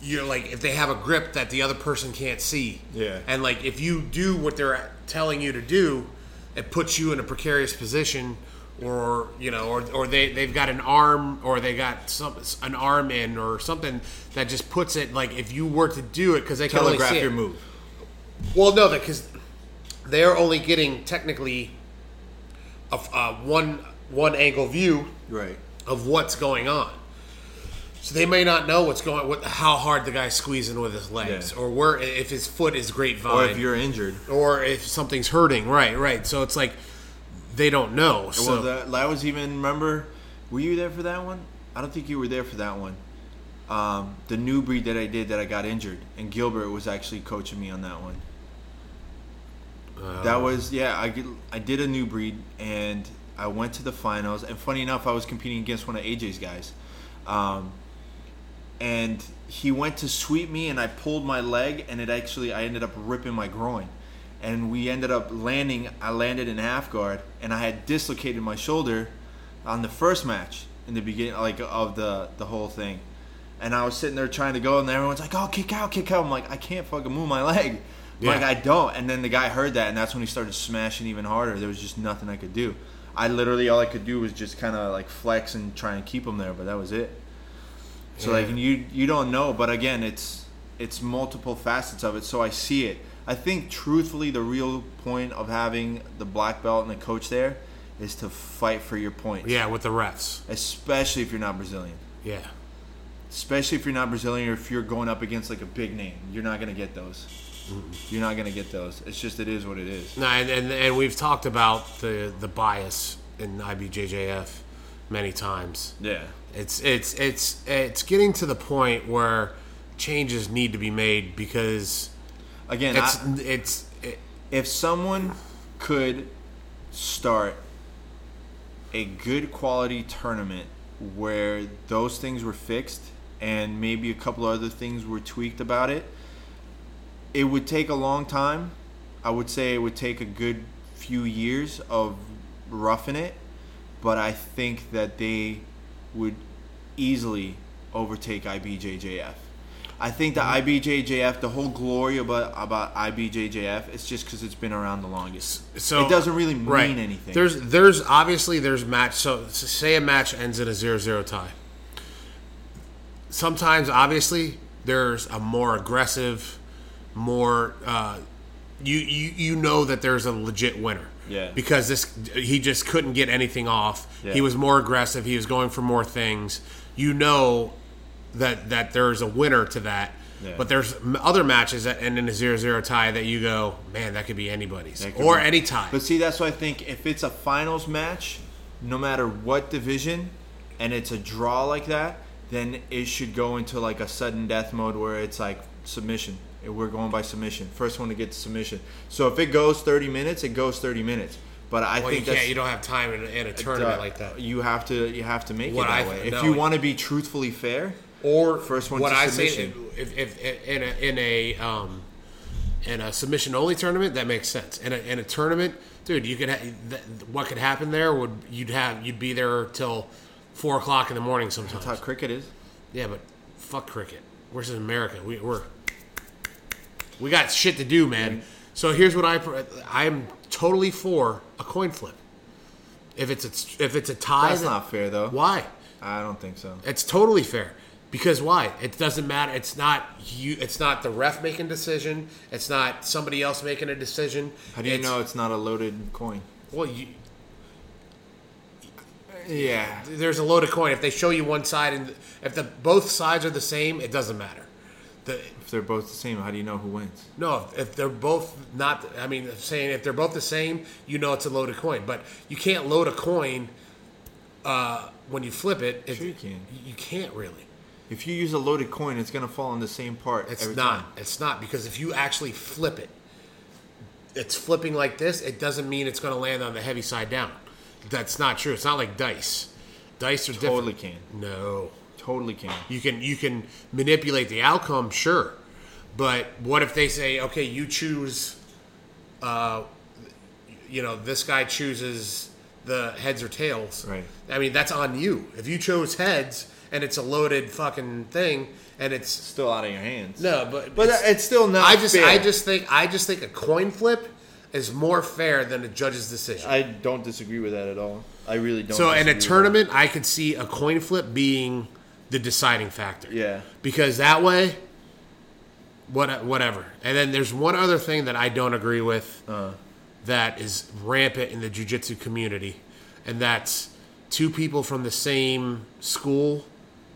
B: you're like if they have a grip that the other person can't see,
A: Yeah.
B: and like if you do what they're telling you to do, it puts you in a precarious position, or you know, or, or they they've got an arm or they got some an arm in or something that just puts it like if you were to do it because they can only
A: telegraph
B: see it.
A: your move.
B: Well, no, because they're only getting technically a, a one one angle view
A: Right.
B: of what's going on. So they may not know what's going, what how hard the guy's squeezing with his legs,
A: Yeah.
B: or where if his foot is grapevine,
A: Or if you're injured.
B: or if something's hurting. Right, right. So it's like they don't know. So
A: well, that, that was uh, even. Remember, were you there for that one? I don't think you were there for that one. Um, the new breed that I did that I got injured, and Gilbert was actually coaching me on that one. that was yeah. I get- I did a new breed, and I went to the finals. And funny enough, I was competing against one of AJ's guys. Um, and he went to sweep me and I pulled my leg and it actually I ended up ripping my groin. And we ended up landing I landed in half guard and I had dislocated my shoulder on the first match in the beginning like of the the whole thing. And I was sitting there trying to go and everyone's like, Oh kick out, kick out. I'm like, I can't fucking move my leg. I'm Like
B: Yeah.
A: I don't and then the guy heard that and that's when he started smashing even harder. There was just nothing I could do. I literally all I could do was just kinda like flex and try and keep him there, but that was it. So like you you don't know, but again, it's it's multiple facets of it. So I see it. I think truthfully, the real point of having the black belt and the coach there is to fight for your points.
B: yeah, with the refs.
A: Especially if you're not Brazilian.
B: Yeah,
A: Especially if you're not Brazilian or if you're going up against like a big name, you're not gonna get those.
B: Mm-hmm.
A: You're not gonna get those. It's just it is what it is.
B: no, and, and and we've talked about the the bias in IBJJF many times.
A: Yeah.
B: It's it's it's it's getting to the point where changes need to be made because
A: Again,
B: it's
A: I,
B: it's it,
A: if someone could start a good quality tournament where those things were fixed and maybe a couple other things were tweaked about it, it would take a long time. I would say it would take a good few years of roughing it, but I think that they would easily overtake IBJJF. I think the
B: Mm-hmm.
A: IBJJF, the whole glory about about IBJJF, it's just because it's been around the longest.
B: so
A: it doesn't really mean
B: right.
A: anything.
B: There's there's obviously there's match. So s- say a match ends in a 0-0 tie. Sometimes obviously there's a more aggressive, more uh, you you you know that there's a legit winner.
A: Yeah.
B: Because this he just couldn't get anything off.
A: Yeah.
B: He was more aggressive. He was going for more things. You know that that there's a winner to that.
A: Yeah.
B: But there's m- other matches that end in a 0-0 tie that you go, man, that could be anybody's
A: That could
B: or
A: be-
B: any tie.
A: But see, that's why I think if it's a finals match, no matter what division, and it's a draw like that, then it should go into like a sudden death mode where it's like submission. We're going by submission. First one to get to submission. So if it goes 30 minutes, it goes 30 minutes. But I
B: Well, you
A: think
B: can't.
A: that's uh,
B: You don't have time in, a- in a tournament like that.
A: You have to you have to make
B: What
A: it that
B: I-
A: way. If
B: no,
A: you
B: I-
A: want to be truthfully fair,
B: or
A: First one
B: What
A: to
B: I say,
A: submission.
B: if, if, if in a in a um, in a submission only tournament, that makes sense. In a, in a tournament, dude, you could ha- th- what could happen there would you'd have you'd be there till four o'clock in the morning sometimes.
A: that's how cricket is.
B: Yeah, but fuck cricket. We're just in America. We, we're we got shit to do, man. So here's what I pr- I'm totally for a coin flip. If it's a, if it's a tie,
A: That's
B: then-
A: not fair though.
B: Why?
A: I don't think so.
B: It's totally fair. Because why? It doesn't matter. It's not you. It's not the ref making decision. It's not somebody else making a decision.
A: How do you
B: It's-
A: know it's not a loaded coin?
B: Well, you,
A: Yeah.
B: there's a loaded coin. If they show you one side and if the both sides are the same, it doesn't matter. The,
A: If they're both the same, how do you know who wins?
B: no, if, if they're both not, I mean, I'm saying if they're both the same, you know it's a loaded coin. But you can't load a coin uh, when you flip it. If,
A: Sure you can.
B: You can't really.
A: If you use a loaded coin, it's gonna fall on the same part.
B: It's
A: every
B: not.
A: Time.
B: It's not because if you actually flip it, it's flipping like this. It doesn't mean it's going to land on the heavy side down. That's not true. It's not like dice. Dice are
A: Totally
B: different.
A: can.
B: No,
A: Totally can.
B: you can you can manipulate the outcome, sure, but what if they say, okay, you choose, uh, you know, this guy chooses the heads or tails.
A: Right.
B: I mean, that's on you. If you chose heads and it's a loaded fucking thing and it's
A: Still out of your hands.
B: no, but
A: But it's still not
B: I just
A: fair.
B: I just think I just think a coin flip is more fair than a judge's decision.
A: I don't disagree with that at all. I really don't.
B: so in
A: disagree
B: a
A: with
B: tournament, I could see a coin flip being the deciding factor.
A: Yeah.
B: because that way, what whatever. And then there's one other thing that I don't agree with
A: Uh.
B: that is rampant in the jujitsu community, and that's two people from the same school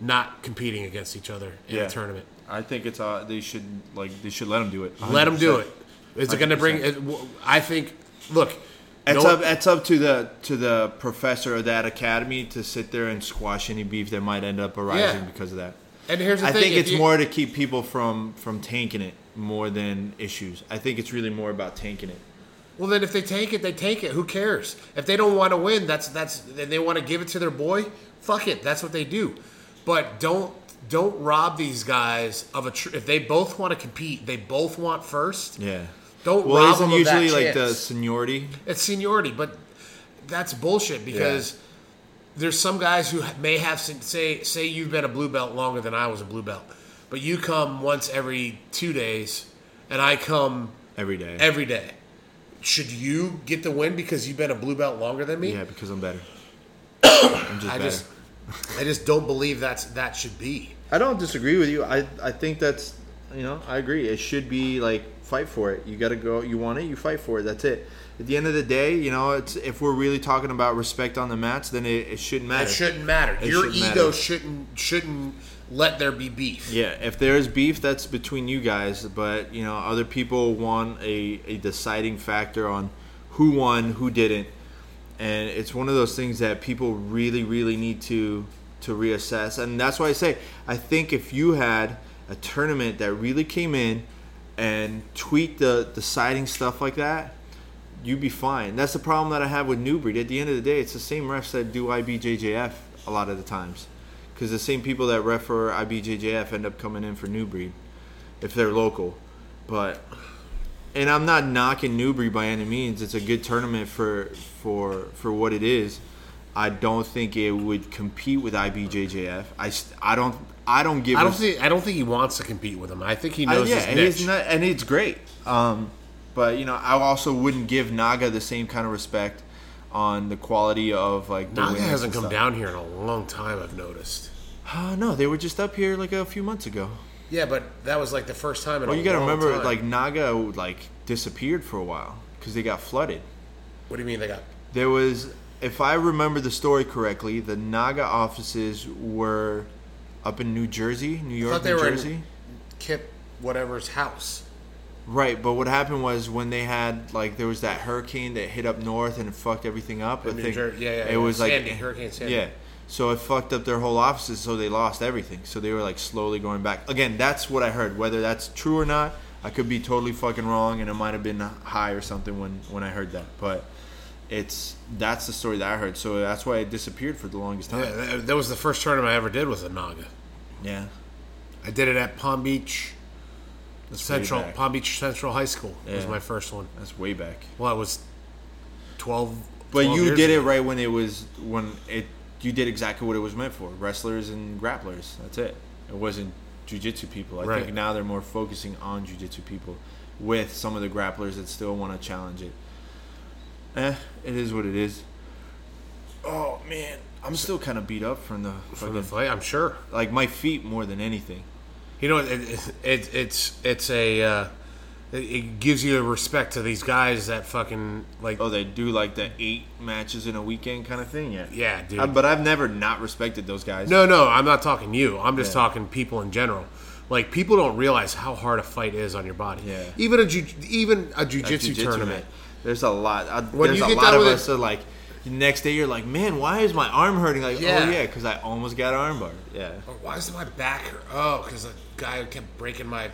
B: not competing against each other in
A: that.
B: a tournament.
A: I think it's uh, they should like they should let them do it.
B: Let them do
A: 100%.
B: it. Is it going to bring? It, w- I think. Look,
A: It's
B: no-
A: up. It's up to the to the professor of that academy to sit there and squash any beef that might end up arising
B: Yeah.
A: because of that.
B: and here's the
A: I
B: thing:
A: think
B: if
A: it's
B: you-
A: more to keep people from from tanking it more than issues. I think it's really more about tanking it.
B: Well, then if they take it, they take it. Who cares? If they don't want to win, that's that's. And they want to give it to their boy. Fuck it. That's what they do. But don't don't rob these guys of a. Tr- if they both want to compete, they both want first.
A: Yeah.
B: Don't
A: Well,
B: rob
A: isn't
B: them of that
A: usually like the
B: chance.
A: seniority?
B: It's seniority, but that's bullshit because there's some guys who may have sen- say say you've been a blue belt longer than I was a blue belt, but you come once every two days, and I come
A: Every day.
B: every day. Should you get the win because you've been a blue belt longer than me?
A: yeah, because I'm
B: [COUGHS]
A: better. I'm just
B: I
A: better.
B: just I just don't believe that's that should be.
A: I don't disagree with you. I I think that's you know I agree. It should be like fight for it. You got to go. You want it. You fight for it. That's it. At the end of the day, you know, it's if we're really talking about respect on the mats, then it, it shouldn't matter.
B: It shouldn't matter.
A: It
B: Your
A: shouldn't
B: ego
A: matter.
B: shouldn't shouldn't let there be beef.
A: Yeah, if there's beef, that's between you guys. But you know, other people want a, a deciding factor on who won, who didn't, and it's one of those things that people really, really need to to reassess. And that's why I say I think if you had a tournament that really came in and tweaked the deciding stuff like that, you'd be fine. That's the problem that I have with New Breed. At the end of the day, it's the same refs that do IBJJF a lot of the times. Because the same people that ref for IBJJF end up coming in for New Breed if they're local. But and I'm not knocking Newbury by any means. It's a good tournament for for for what it is. I don't think it would compete with IBJJF. I, st- I don't I don't give
B: I
A: a
B: don't think I don't think he wants to compete with him. I think he
A: I-
B: knows
A: Uh, yeah,
B: his
A: and
B: niche.
A: it's not, and it's great. Um, but you know, I also wouldn't give Naga the same kind of respect on the quality of like. The
B: Naga
A: wins
B: hasn't
A: and
B: come
A: stuff.
B: down here in a long time. I've noticed.
A: Uh, no, they were just up here like a few months ago.
B: Yeah, but that was like the first time. In
A: Well,
B: a
A: you got to
B: long
A: remember,
B: time.
A: like Naga like disappeared for a while because they got flooded.
B: what do you mean they got?
A: There was, if I remember the story correctly, the Naga offices were up in New Jersey, New York,
B: thought they
A: New
B: were in-
A: Jersey.
B: Kip whatever's house.
A: Right, but what happened was when they had like there was that hurricane that hit up north and it fucked everything up. I
B: New
A: think
B: Jer- yeah, yeah,
A: it
B: yeah.
A: was
B: Sandy,
A: like
B: Hurricane Sandy.
A: Yeah, So I fucked up their whole offices, so they lost everything. So they were like slowly going back. Again, that's what I heard. Whether that's true or not, I could be totally fucking wrong, and it might have been high or something when when I heard that. But it's that's the story that I heard. So that's why it disappeared for the longest
B: Yeah,
A: time.
B: that, that was the first tournament I ever did was a Naga.
A: Yeah,
B: I did it at Palm Beach, the Central
A: back.
B: Palm Beach Central High School. Was
A: Yeah.
B: my first one.
A: that's way back.
B: Well, I was twelve.
A: But
B: 12
A: you
B: years
A: did
B: ago.
A: it right when it was when it you did exactly what it was meant for wrestlers and grapplers. That's it. It wasn't jujitsu people. I
B: Right.
A: think now they're more focusing on jujitsu people with some of the grapplers that still want to challenge it. Eh, it is what it is. Oh man, I'm still kind of beat up from the
B: for
A: fucking,
B: the fight. I'm sure.
A: like my feet more than anything.
B: You know, it, it, it, it's it's a uh, it, it gives you a respect to these guys that fucking like.
A: Oh, they do like the eight matches in a weekend kind of thing. Yeah,
B: Yeah, dude.
A: Uh, but I've never not respected those guys.
B: No, no, I'm not talking you. I'm just
A: Yeah.
B: talking people in general. Like people don't realize how hard a fight is on your body.
A: Yeah.
B: Even a ju- even a
A: a
B: jujitsu
A: jiu-jitsu mat.
B: tournament.
A: There's a lot. I,
B: When
A: there's
B: you
A: a
B: get
A: lot
B: done
A: of
B: with
A: us
B: it-
A: that like the next day you're like, man, why is my arm hurting? Like,
B: Yeah.
A: oh yeah, because I almost got armbar. Yeah,
B: Why is my back hurt? Oh, because a guy kept breaking my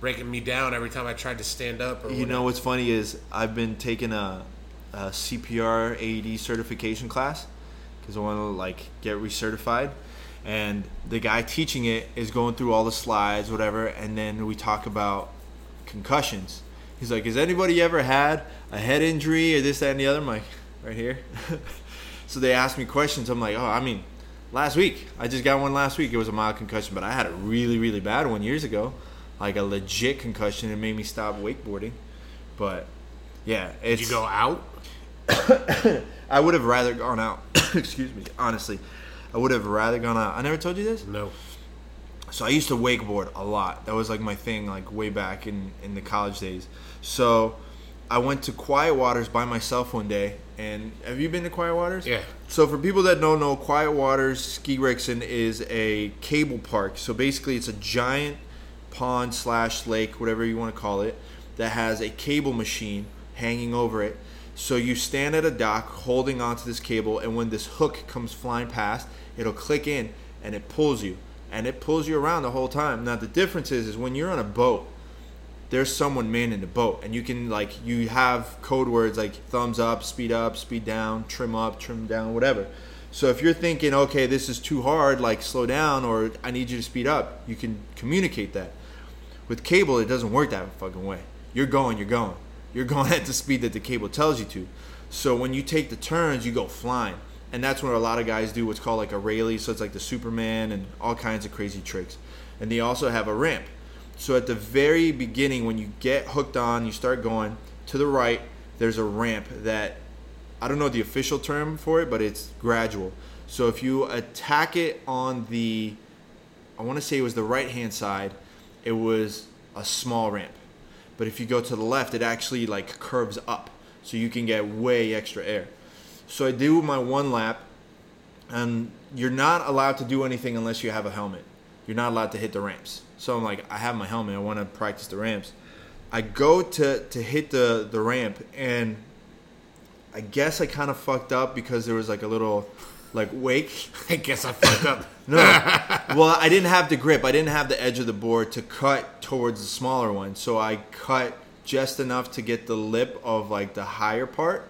B: breaking me down every time I tried to stand up. Or
A: you know what's funny is I've been taking a, a CPR AED E certification class because I want to like get recertified. And the guy teaching it is going through all the slides, whatever, and then we talk about concussions. He's like, "Has anybody ever had a head injury or this, that, and the other?" I'm like, "Right here." [LAUGHS] so they ask me questions. I'm like, "Oh, I mean, last week I just got one. Last week it was a mild concussion, but I had a really, really bad one years ago, like a legit concussion. It made me stop wakeboarding." But yeah, it's
B: Did you go out?
A: [COUGHS] I would have rather gone out. [COUGHS] Excuse me. Honestly, I would have rather gone out. I never told you this.
B: No. [LAUGHS]
A: So I used to wakeboard a lot. That was like my thing, like way back in in the college days. So I went to Quiet Waters by myself one day. And have you been to Quiet Waters?
B: Yeah.
A: So for people that don't know, Quiet Waters Ski Rixon is a cable park. So basically, it's a giant pond slash lake, whatever you want to call it, that has a cable machine hanging over it. So you stand at a dock holding onto this cable, and when this hook comes flying past, it'll click in and it pulls you, and it pulls you around the whole time. Now the difference is, is when you're on a boat, there's someone manning the boat and you can like you have code words like thumbs up speed up speed down trim up trim down whatever so if you're thinking okay this is too hard like slow down or i need you to speed up you can communicate that with cable it doesn't work that fucking way you're going you're going you're going [LAUGHS] at the speed that the cable tells you to so when you take the turns you go flying and that's where a lot of guys do what's called like a rally so it's like the superman and all kinds of crazy tricks and they also have a ramp so at the very beginning, when you get hooked on, you start going to the right. There's a ramp that I don't know the official term for it, but it's gradual. So if you attack it on the, I want to say it was the right hand side, it was a small ramp. But if you go to the left, it actually like curves up, so you can get way extra air. So I do my one lap, and you're not allowed to do anything unless you have a helmet. You're not allowed to hit the ramps. So I'm like, I have my helmet. I want to practice the ramps. I go to to hit the the ramp, and I guess I kind of fucked up because there was like a little like wake.
B: I guess I fucked up. [LAUGHS]
A: No. [LAUGHS] well, I didn't have the grip. I didn't have the edge of the board to cut towards the smaller one. So I cut just enough to get the lip of like the higher part.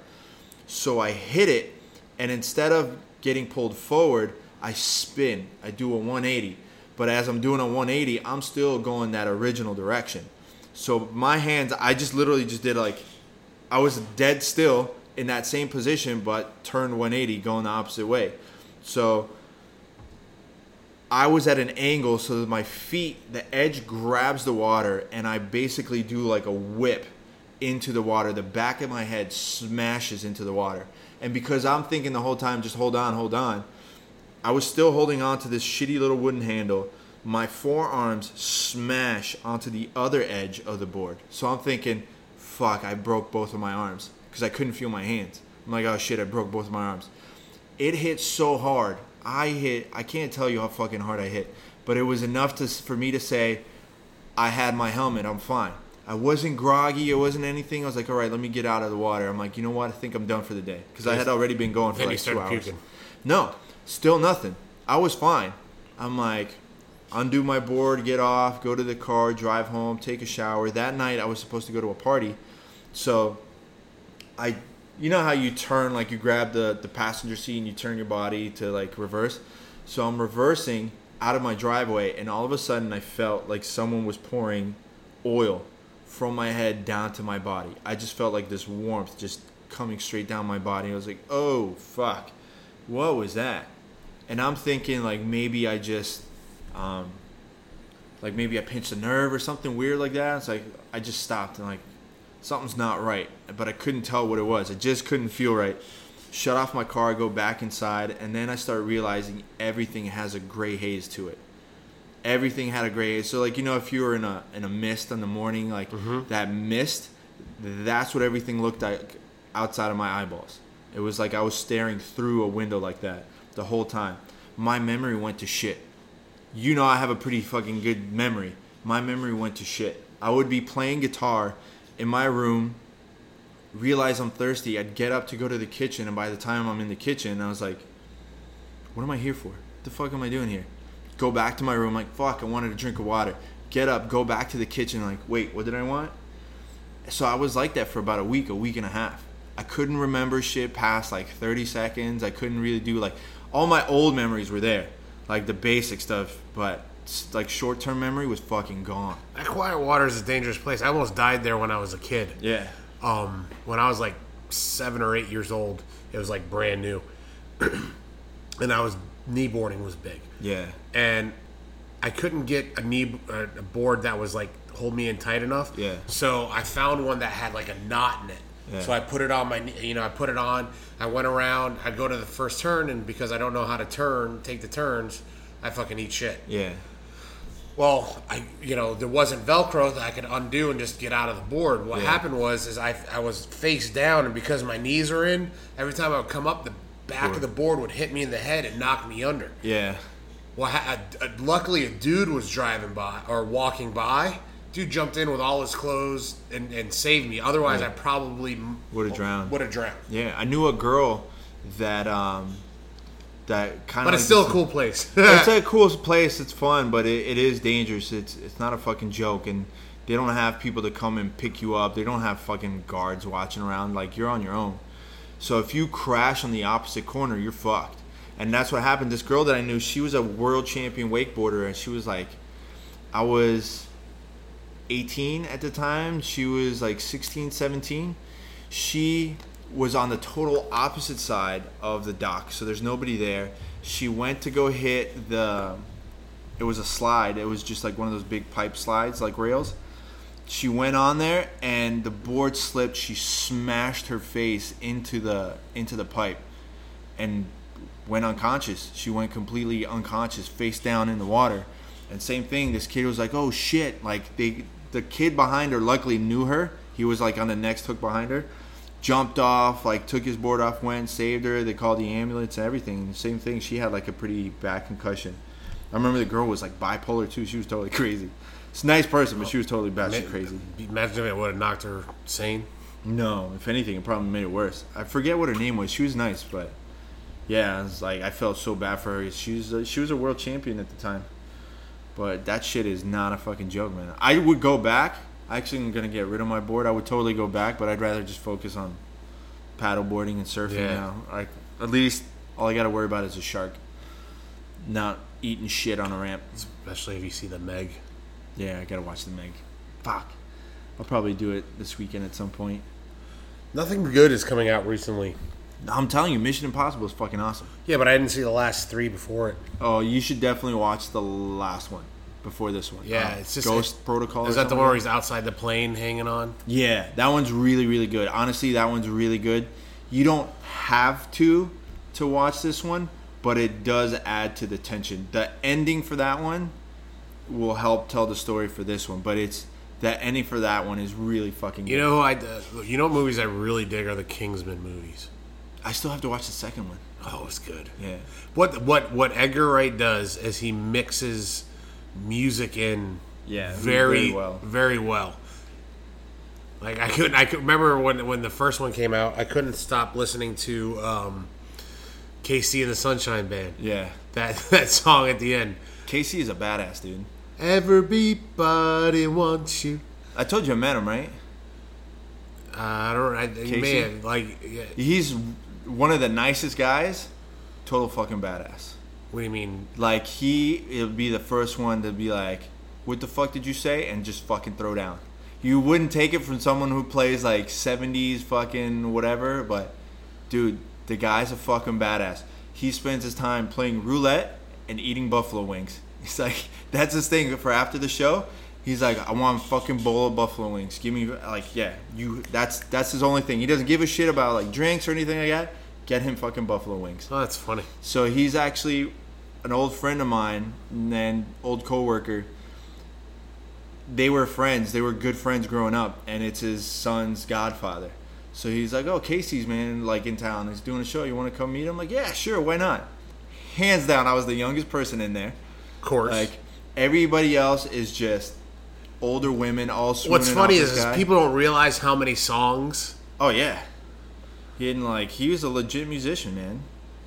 A: So I hit it, and instead of getting pulled forward, I spin. I do a 180. But as I'm doing a 180, I'm still going that original direction. So my hands, I just literally just did like, I was dead still in that same position, but turned 180 going the opposite way. So I was at an angle so that my feet, the edge grabs the water, and I basically do like a whip into the water. The back of my head smashes into the water. And because I'm thinking the whole time, just hold on, hold on, I was still holding on to this shitty little wooden handle. My forearms smash onto the other edge of the board. So I'm thinking, fuck, I broke both of my arms because I couldn't feel my hands. I'm like, oh shit, I broke both of my arms. It hit so hard. I hit, I can't tell you how fucking hard I hit, but it was enough to, for me to say, I had my helmet. I'm fine. I wasn't groggy. It wasn't anything. I was like, all right, let me get out of the water. I'm like, you know what? I think I'm done for the day because I had already been going for
B: Then you
A: like two
B: started
A: hours.
B: puking.
A: No, still nothing. I was fine. I'm like, undo my board, get off, go to the car, drive home, take a shower. That night I was supposed to go to a party. So I you know how you turn like you grab the the passenger seat and you turn your body to like reverse. So I'm reversing out of my driveway and all of a sudden I felt like someone was pouring oil from my head down to my body. I just felt like this warmth just coming straight down my body. I was like, "Oh fuck. What was that?" And I'm thinking like maybe I just um, like maybe I pinched a nerve or something weird like that. It's like I just stopped and like something's not right, but I couldn't tell what it was. I just couldn't feel right. Shut off my car, go back inside, and then I start realizing everything has a gray haze to it. Everything had a gray haze. So like you know, if you were in a in a mist in the morning, like that mist, that's what everything looked like outside of my eyeballs. It was like I was staring through a window like that the whole time. My memory went to shit you know I have a pretty fucking good memory. My memory went to shit. I would be playing guitar in my room, realize I'm thirsty. I'd get up to go to the kitchen, and by the time I'm in the kitchen, I was like, what am I here for? the fuck am I doing here? Go back to my room, like, fuck, I wanted a drink of water. Get up, go back to the kitchen, like, wait, what did I want? So I was like that for about a week, a week and a half. I couldn't remember shit past like 30 seconds. I couldn't really do like all my old memories were there, like the basic stuff, but s- like short term memory was fucking gone.
B: That quiet water is a dangerous place. I almost died there when I was a kid.
A: Yeah.
B: um, when I was like seven or eight years old, it was like brand new, [CLEARS THROAT] and I was kneeboarding was big,
A: Yeah.
B: and I couldn't get a knee a a board that was like hold me in tight enough.
A: Yeah.
B: So I found one that had like a knot in it.
A: Yeah.
B: So I put it on my, knee- you know, I put it on. I went around. I'd go to the first turn, and because I don't know how to turn, take the turns, I fucking eat shit.
A: Yeah.
B: Well, I you know there wasn't Velcro that I could undo and just get out of the board. What
A: Yeah.
B: happened was is I I was face down and because my knees are in, every time I would come up, the back of the board would hit me in the head and knock me under.
A: Yeah.
B: Well, ha- a, a- luckily a dude was driving by or walking by. Dude jumped in with all his clothes and, and saved me. Otherwise, I probably
A: Would've drowned.
B: Would have drowned.
A: Yeah. I knew a girl that um that kind of
B: But it's still a
A: [LAUGHS]
B: cool place.
A: it's a cool place. It's fun, but it, it is dangerous. It's it's not a fucking joke, and they don't have people to come and pick you up. They don't have fucking guards watching around. Like you're on your own. So if you crash on the opposite corner, you're fucked. And that's what happened. This girl that I knew, she was a world champion wakeboarder, and she was like, I was 18 at the time. She was like 16, 17. She was on the total opposite side of the dock, so there's nobody there. She went to go hit the. It was a slide. It was just like one of those big pipe slides, like rails. She went on there, and the board slipped. She smashed her face into the into the pipe, and went unconscious. She went completely unconscious, face down in the water. And same thing, this kid was like, "Oh shit!" Like they, the kid behind her luckily knew her. He was like on the next hook behind her, jumped off, like took his board off, went saved her. They called the ambulance and everything. And same thing, she had like a pretty bad concussion. I remember the girl was like bipolar too. She was totally [LAUGHS] crazy. It's a nice person, but she was totally batshit
B: [LAUGHS]
A: crazy.
B: Imagine if it would have knocked her sane.
A: No, if anything, it probably made it worse. I forget what her name was. She was nice, but yeah, it's like I felt so bad for her. She was a, she was a world champion at the time, but that shit is not a fucking joke, man. I would go back. I actually am gonna get rid of my board. I would totally go back, but I'd rather just focus on paddleboarding and surfing
B: Yeah.
A: now. Like at least all I gotta worry about is a shark, not eating shit on a ramp.
B: Especially if you see the Meg.
A: Yeah, I gotta watch the Meg. Fuck, I'll probably do it this weekend at some point.
B: Nothing good is coming out recently.
A: I'm telling you, Mission Impossible is fucking awesome.
B: Yeah, but I didn't see the last three before it.
A: Oh, you should definitely watch the last one before this one.
B: Yeah,
A: Uh,
B: it's just
A: Ghost Protocol.
B: Is
A: or
B: that the
A: something
B: one where
A: like
B: he's outside the plane hanging on?
A: that? Yeah, that one's really really good. Honestly, that one's really good. You don't have to to watch this one, but it does add to the tension. The ending for that one will help tell the story for this one, but it's the ending for that one is really fucking.
B: You
A: good.
B: know, who I uh, you know what movies I really dig are the Kingsman movies.
A: I still have to watch the second one.
B: Oh, it's good.
A: Yeah.
B: What what what Edgar Wright does is he mixes music in
A: Yeah,
B: very
A: very well.
B: very well. Like I couldn't I could remember when when the first one came out, I couldn't stop listening to um, KC and the Sunshine Band.
A: Yeah.
B: That [LAUGHS] that song at the end.
A: Casey is a badass, dude.
B: Everybody wants you.
A: I told you I met him, right?
B: Uh, I don't. I, man, like, yeah,
A: He's one of the nicest guys. Total fucking badass.
B: what do you mean?
A: Like he, it'll be the first one to be like, "What the fuck did you say?" and just fucking throw down. You wouldn't take it from someone who plays like '70s fucking whatever, but dude, the guy's a fucking badass. He spends his time playing roulette and eating buffalo wings. [LAUGHS] He's like, that's his thing for after the show. He's like, I want a fucking bowl of buffalo wings. Give me like, yeah, you. That's that's his only thing. He doesn't give a shit about like drinks or anything like that. Get him fucking buffalo wings.
B: Oh, that's funny.
A: So he's actually an old friend of mine and an old coworker. They were friends. They were good friends growing up, and it's his son's godfather. So he's like, "Oh, Casey's man, like in town. He's doing a show. You want to come meet him?" I'm like, "Yeah, sure. Why not?" Hands down, I was the youngest person in there.
B: Of course.
A: Like everybody else is just older women. All
B: What's
A: swooning off
B: funny
A: this
B: is, is
A: guy.
B: people don't realize how many songs.
A: Oh yeah, he didn't like. He was a legit musician, man.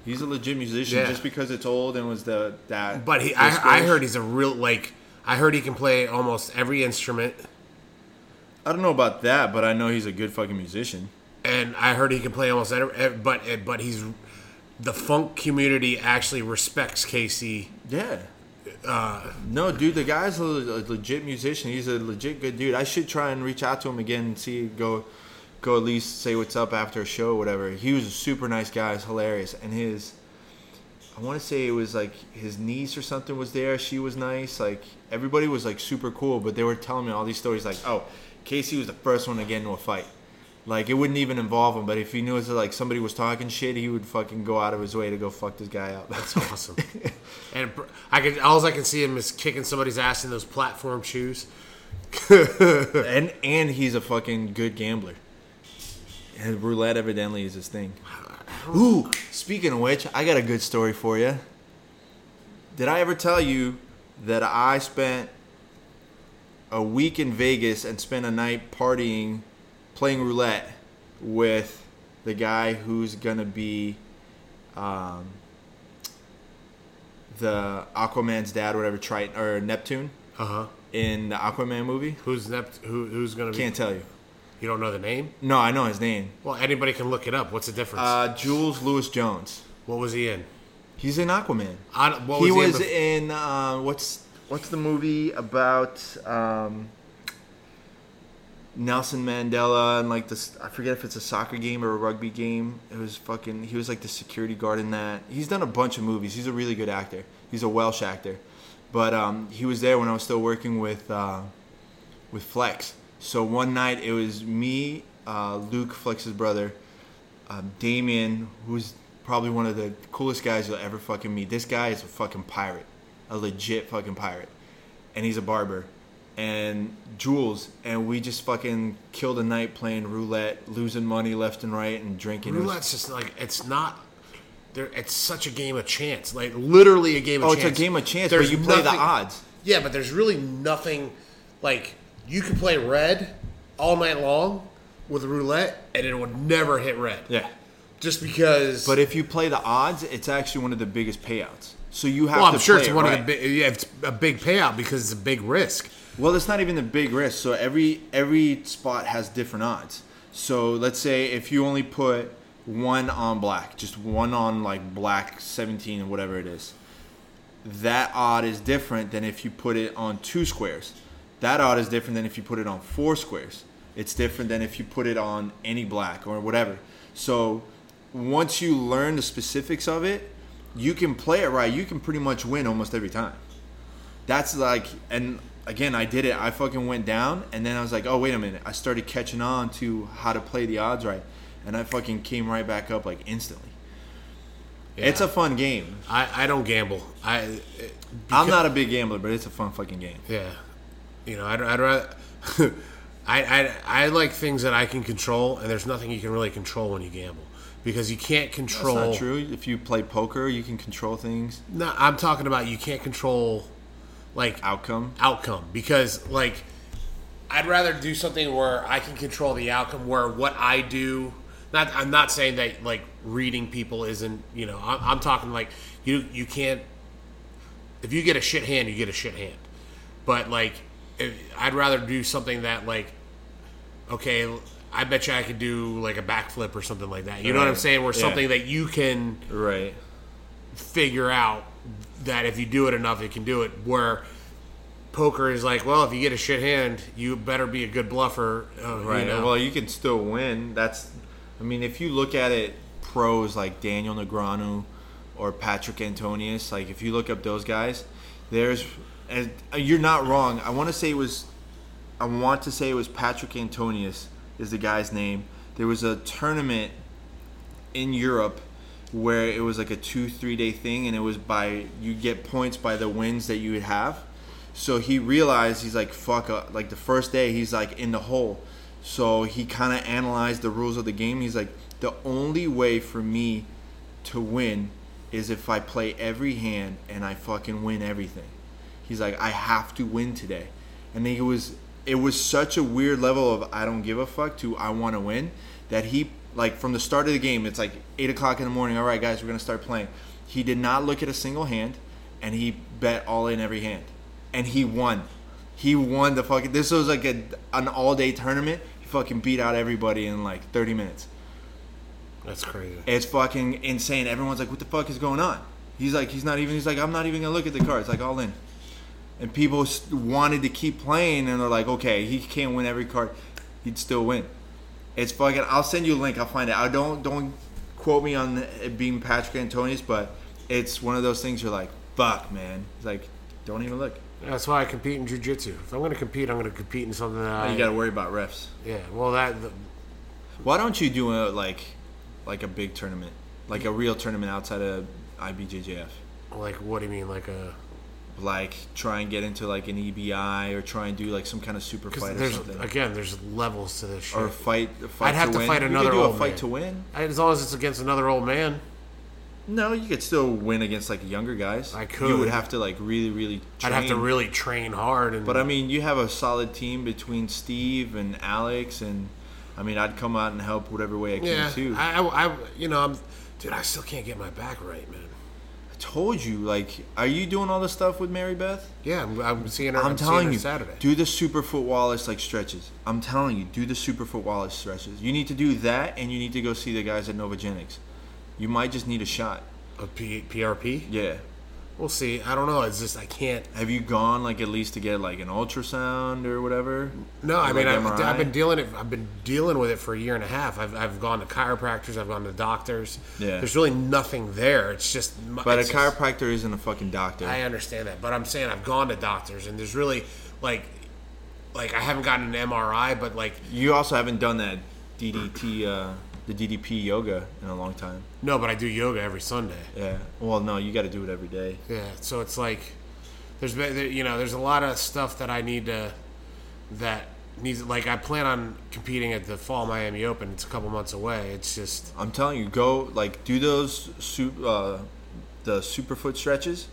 A: He's a legit musician
B: Yeah.
A: just because it's old and was the that.
B: But he,
A: disco-
B: I, I heard he's a real like. I heard he can play almost every instrument,
A: I don't know about that, but I know he's a good fucking musician.
B: and I heard he can play almost every. ev- But eh, but he's the funk community actually respects KC.
A: Yeah. Uh, no, dude, the guy's a, le- a legit musician. He's a legit good dude. I should try and reach out to him again and see go go at least say what's up after a show or whatever. He was a super nice guy. It's hilarious. And his I want to say it was like his niece or something was there. She was nice. Like everybody was like super cool, but they were telling me all these stories like, "Oh, Casey was the first one to get into a fight." Like it wouldn't even involve him, but if he knew it was like somebody was talking shit, he would fucking go out of his way to go fuck this guy up. [LAUGHS]
B: That's awesome. and pr- I can all I can see him is kicking somebody's ass in those platform shoes.
A: [LAUGHS] and and he's a fucking good gambler. And roulette evidently is his thing. Ooh, speaking of which, I got a good story for you. Did I ever tell you that I spent a week in Vegas and spent a night partying, playing roulette with the guy who's gonna be um, the Aquaman's dad, whatever, Triton or Neptune
B: Uh huh.
A: in the Aquaman movie?
B: Who's nept? Who, who's gonna be?
A: Can't tell you.
B: You don't know the name?
A: No, I know his name.
B: Well, anybody can look it up. What's the difference?
A: Uh, Jules Lewis Jones.
B: what was he in?
A: He's in Aquaman.
B: I don't- what
A: he
B: was he in
A: was in
B: bef-
A: uh, what's what's the movie about um, Nelson Mandela and like this? I forget if it's a soccer game or a rugby game. It was fucking. He was like the security guard in that. He's done a bunch of movies. He's a really good actor. He's a Welsh actor, but um, he was there when I was still working with. Uh, with Flex. So one night it was me, uh, Luke, Flex's brother, um, Damien, who's probably one of the coolest guys you'll ever fucking meet. This guy is a fucking pirate, a legit fucking pirate, and he's a barber. And Jules, and we just fucking killed a night playing roulette, losing money left and right, and drinking. It was-
B: Roulette's just like it's not. There, it's such a game of chance, like literally a game of
A: Oh,
B: chance.
A: it's a game of chance, but you play the odds.
B: Yeah, but there's really nothing. Like you could play red all night long with roulette, and it would never hit red.
A: Yeah.
B: just because.
A: But if you play the odds, it's actually one of the biggest payouts. So you have
B: well,
A: to.
B: I'm sure
A: play
B: it's
A: it
B: one
A: right.
B: of the big. Yeah, it's a big payout because it's a big risk.
A: Well, it's not even the big risk. So every every spot has different odds. So let's say if you only put one on black, just one on like black 17 or whatever it is, that odd is different than if you put it on two squares. That odd is different than if you put it on four squares. It's different than if you put it on any black or whatever. So once you learn the specifics of it, you can play it right. You can pretty much win almost every time that's like and again i did it i fucking went down and then i was like oh wait a minute i started catching on to how to play the odds right and i fucking came right back up like instantly it's a fun game
B: I, I don't gamble. I
A: i'm not a big gambler but it's a fun fucking game
B: yeah, you know I'd, I'd rather. [LAUGHS] I, I I like things that I can control, and there's nothing you can really control when you gamble because you can't
A: that's
B: control.
A: not true if you play poker you can control things
B: No, I'm talking about you can't control like
A: outcome
B: outcome because like I'd rather do something where I can control the outcome where what I do Not, I'm not saying that like reading people isn't. You know, I'm, I'm talking like you you can't. If you get a shit hand, you get a shit hand. But like, if, I'd rather do something that like, okay, I bet you I could do like a backflip or something like that. You know what I'm
A: Right.
B: saying? Where
A: Yeah.
B: something that you can
A: Right.
B: figure out that if you do it enough, it can do it. Where poker is like, well, if you get a shit hand, you better be a good bluffer. Uh,
A: Right.
B: You know?
A: Well, you can still win. That's, I mean, if you look at it, pros like Daniel Negreanu or Patrick Antonius, like if you look up those guys, there's, and uh, you're not wrong. I want to say it was, I want to say it was Patrick Antonius is the guy's name. There was a tournament in Europe where it was like a two three day thing and it was by you get points by the wins that you would have so he realized he's like fuck uh, like the first day he's like in the hole so he kind of analyzed the rules of the game he's like the only way for me to win is if I play every hand and I fucking win everything. He's like, I have to win today. And then it was it was such a weird level of I don't give a fuck to I want to win that he like from the start of the game it's like eight o'clock in the morning. All right, guys, we're gonna start playing. He did not look at a single hand, and he bet all in every hand, and he won. He won the fucking. This was like a an all day tournament. He fucking beat out everybody in like thirty minutes.
B: That's crazy.
A: It's fucking insane. Everyone's like, "What the fuck is going on?" He's like, "He's not even." He's like, "I'm not even gonna look at the cards." Like all in, and people s- wanted to keep playing, and they're like, "Okay, he can't win every card. He'd still win." It's fucking. I'll send you a link. I'll find it. I don't don't quote me on it being Patrick Antonius, but it's one of those things. You're like, "Fuck, man." He's like, "Don't even look."
B: That's why I compete in jujitsu. If I'm going to compete, I'm going to compete in something that I.
A: You got to worry about refs.
B: yeah. Well, that. The,
A: Why don't you do a like, like a big tournament, like a real tournament outside of IBJJF?
B: like, what do you mean? Like a.
A: like try and get into like an EBI or try and do like some kind of super fight or
B: Because there's
A: something,
B: again, there's levels to this shit.
A: or fight. a fight
B: I'd have to
A: win.
B: fight
A: You could
B: another
A: do a
B: old
A: fight
B: man.
A: to win.
B: I- as long as it's against another old man,
A: No, you could still win against like younger guys.
B: I
A: You
B: could.
A: would have to like really, really. Train.
B: I'd have to really train hard. And
A: But I mean, you have a solid team between Steve and Alex, and I mean, I'd come out and help whatever way I can
B: yeah,
A: too.
B: I, I, I- you know, I'm, dude, I still can't get my back right, man.
A: told you, like, are you doing all this stuff with Mary Beth?
B: Yeah, I'm, I'm seeing her.
A: I'm,
B: seeing
A: telling
B: her
A: you,
B: Saturday.
A: do the superfoot Wallace like stretches. I'm telling you, do the superfoot Wallace stretches. You need to do that, and you need to go see the guys at Novogenics. You might just need a shot.
B: A P, PRP.
A: Yeah.
B: We'll see. I don't know. It's just I can't.
A: Have you gone like at least to get like an ultrasound or whatever?
B: No, I
A: Or,
B: mean
A: like,
B: I've,
A: MRI?
B: I've been dealing it. I've been dealing with it for a year and a half. I've, I've gone to chiropractors. I've gone to doctors.
A: Yeah.
B: There's really nothing there. It's just. my-
A: But a
B: it's just-
A: chiropractor isn't a fucking doctor.
B: I understand that, but I'm saying I've gone to doctors, and there's really like, like I haven't gotten an MRI, but like
A: you also haven't done that DDT, uh, the DDP yoga in a long time.
B: no, but I do yoga every Sunday.
A: Yeah. Well, no, you got to do it every day.
B: Yeah, so it's like there's been there- you know there's a lot of stuff that I need to that needs like I plan on competing at the Fall Miami Open. It's a couple months away. It's just
A: I'm telling you, go like do those su- uh, the superfoot stretches,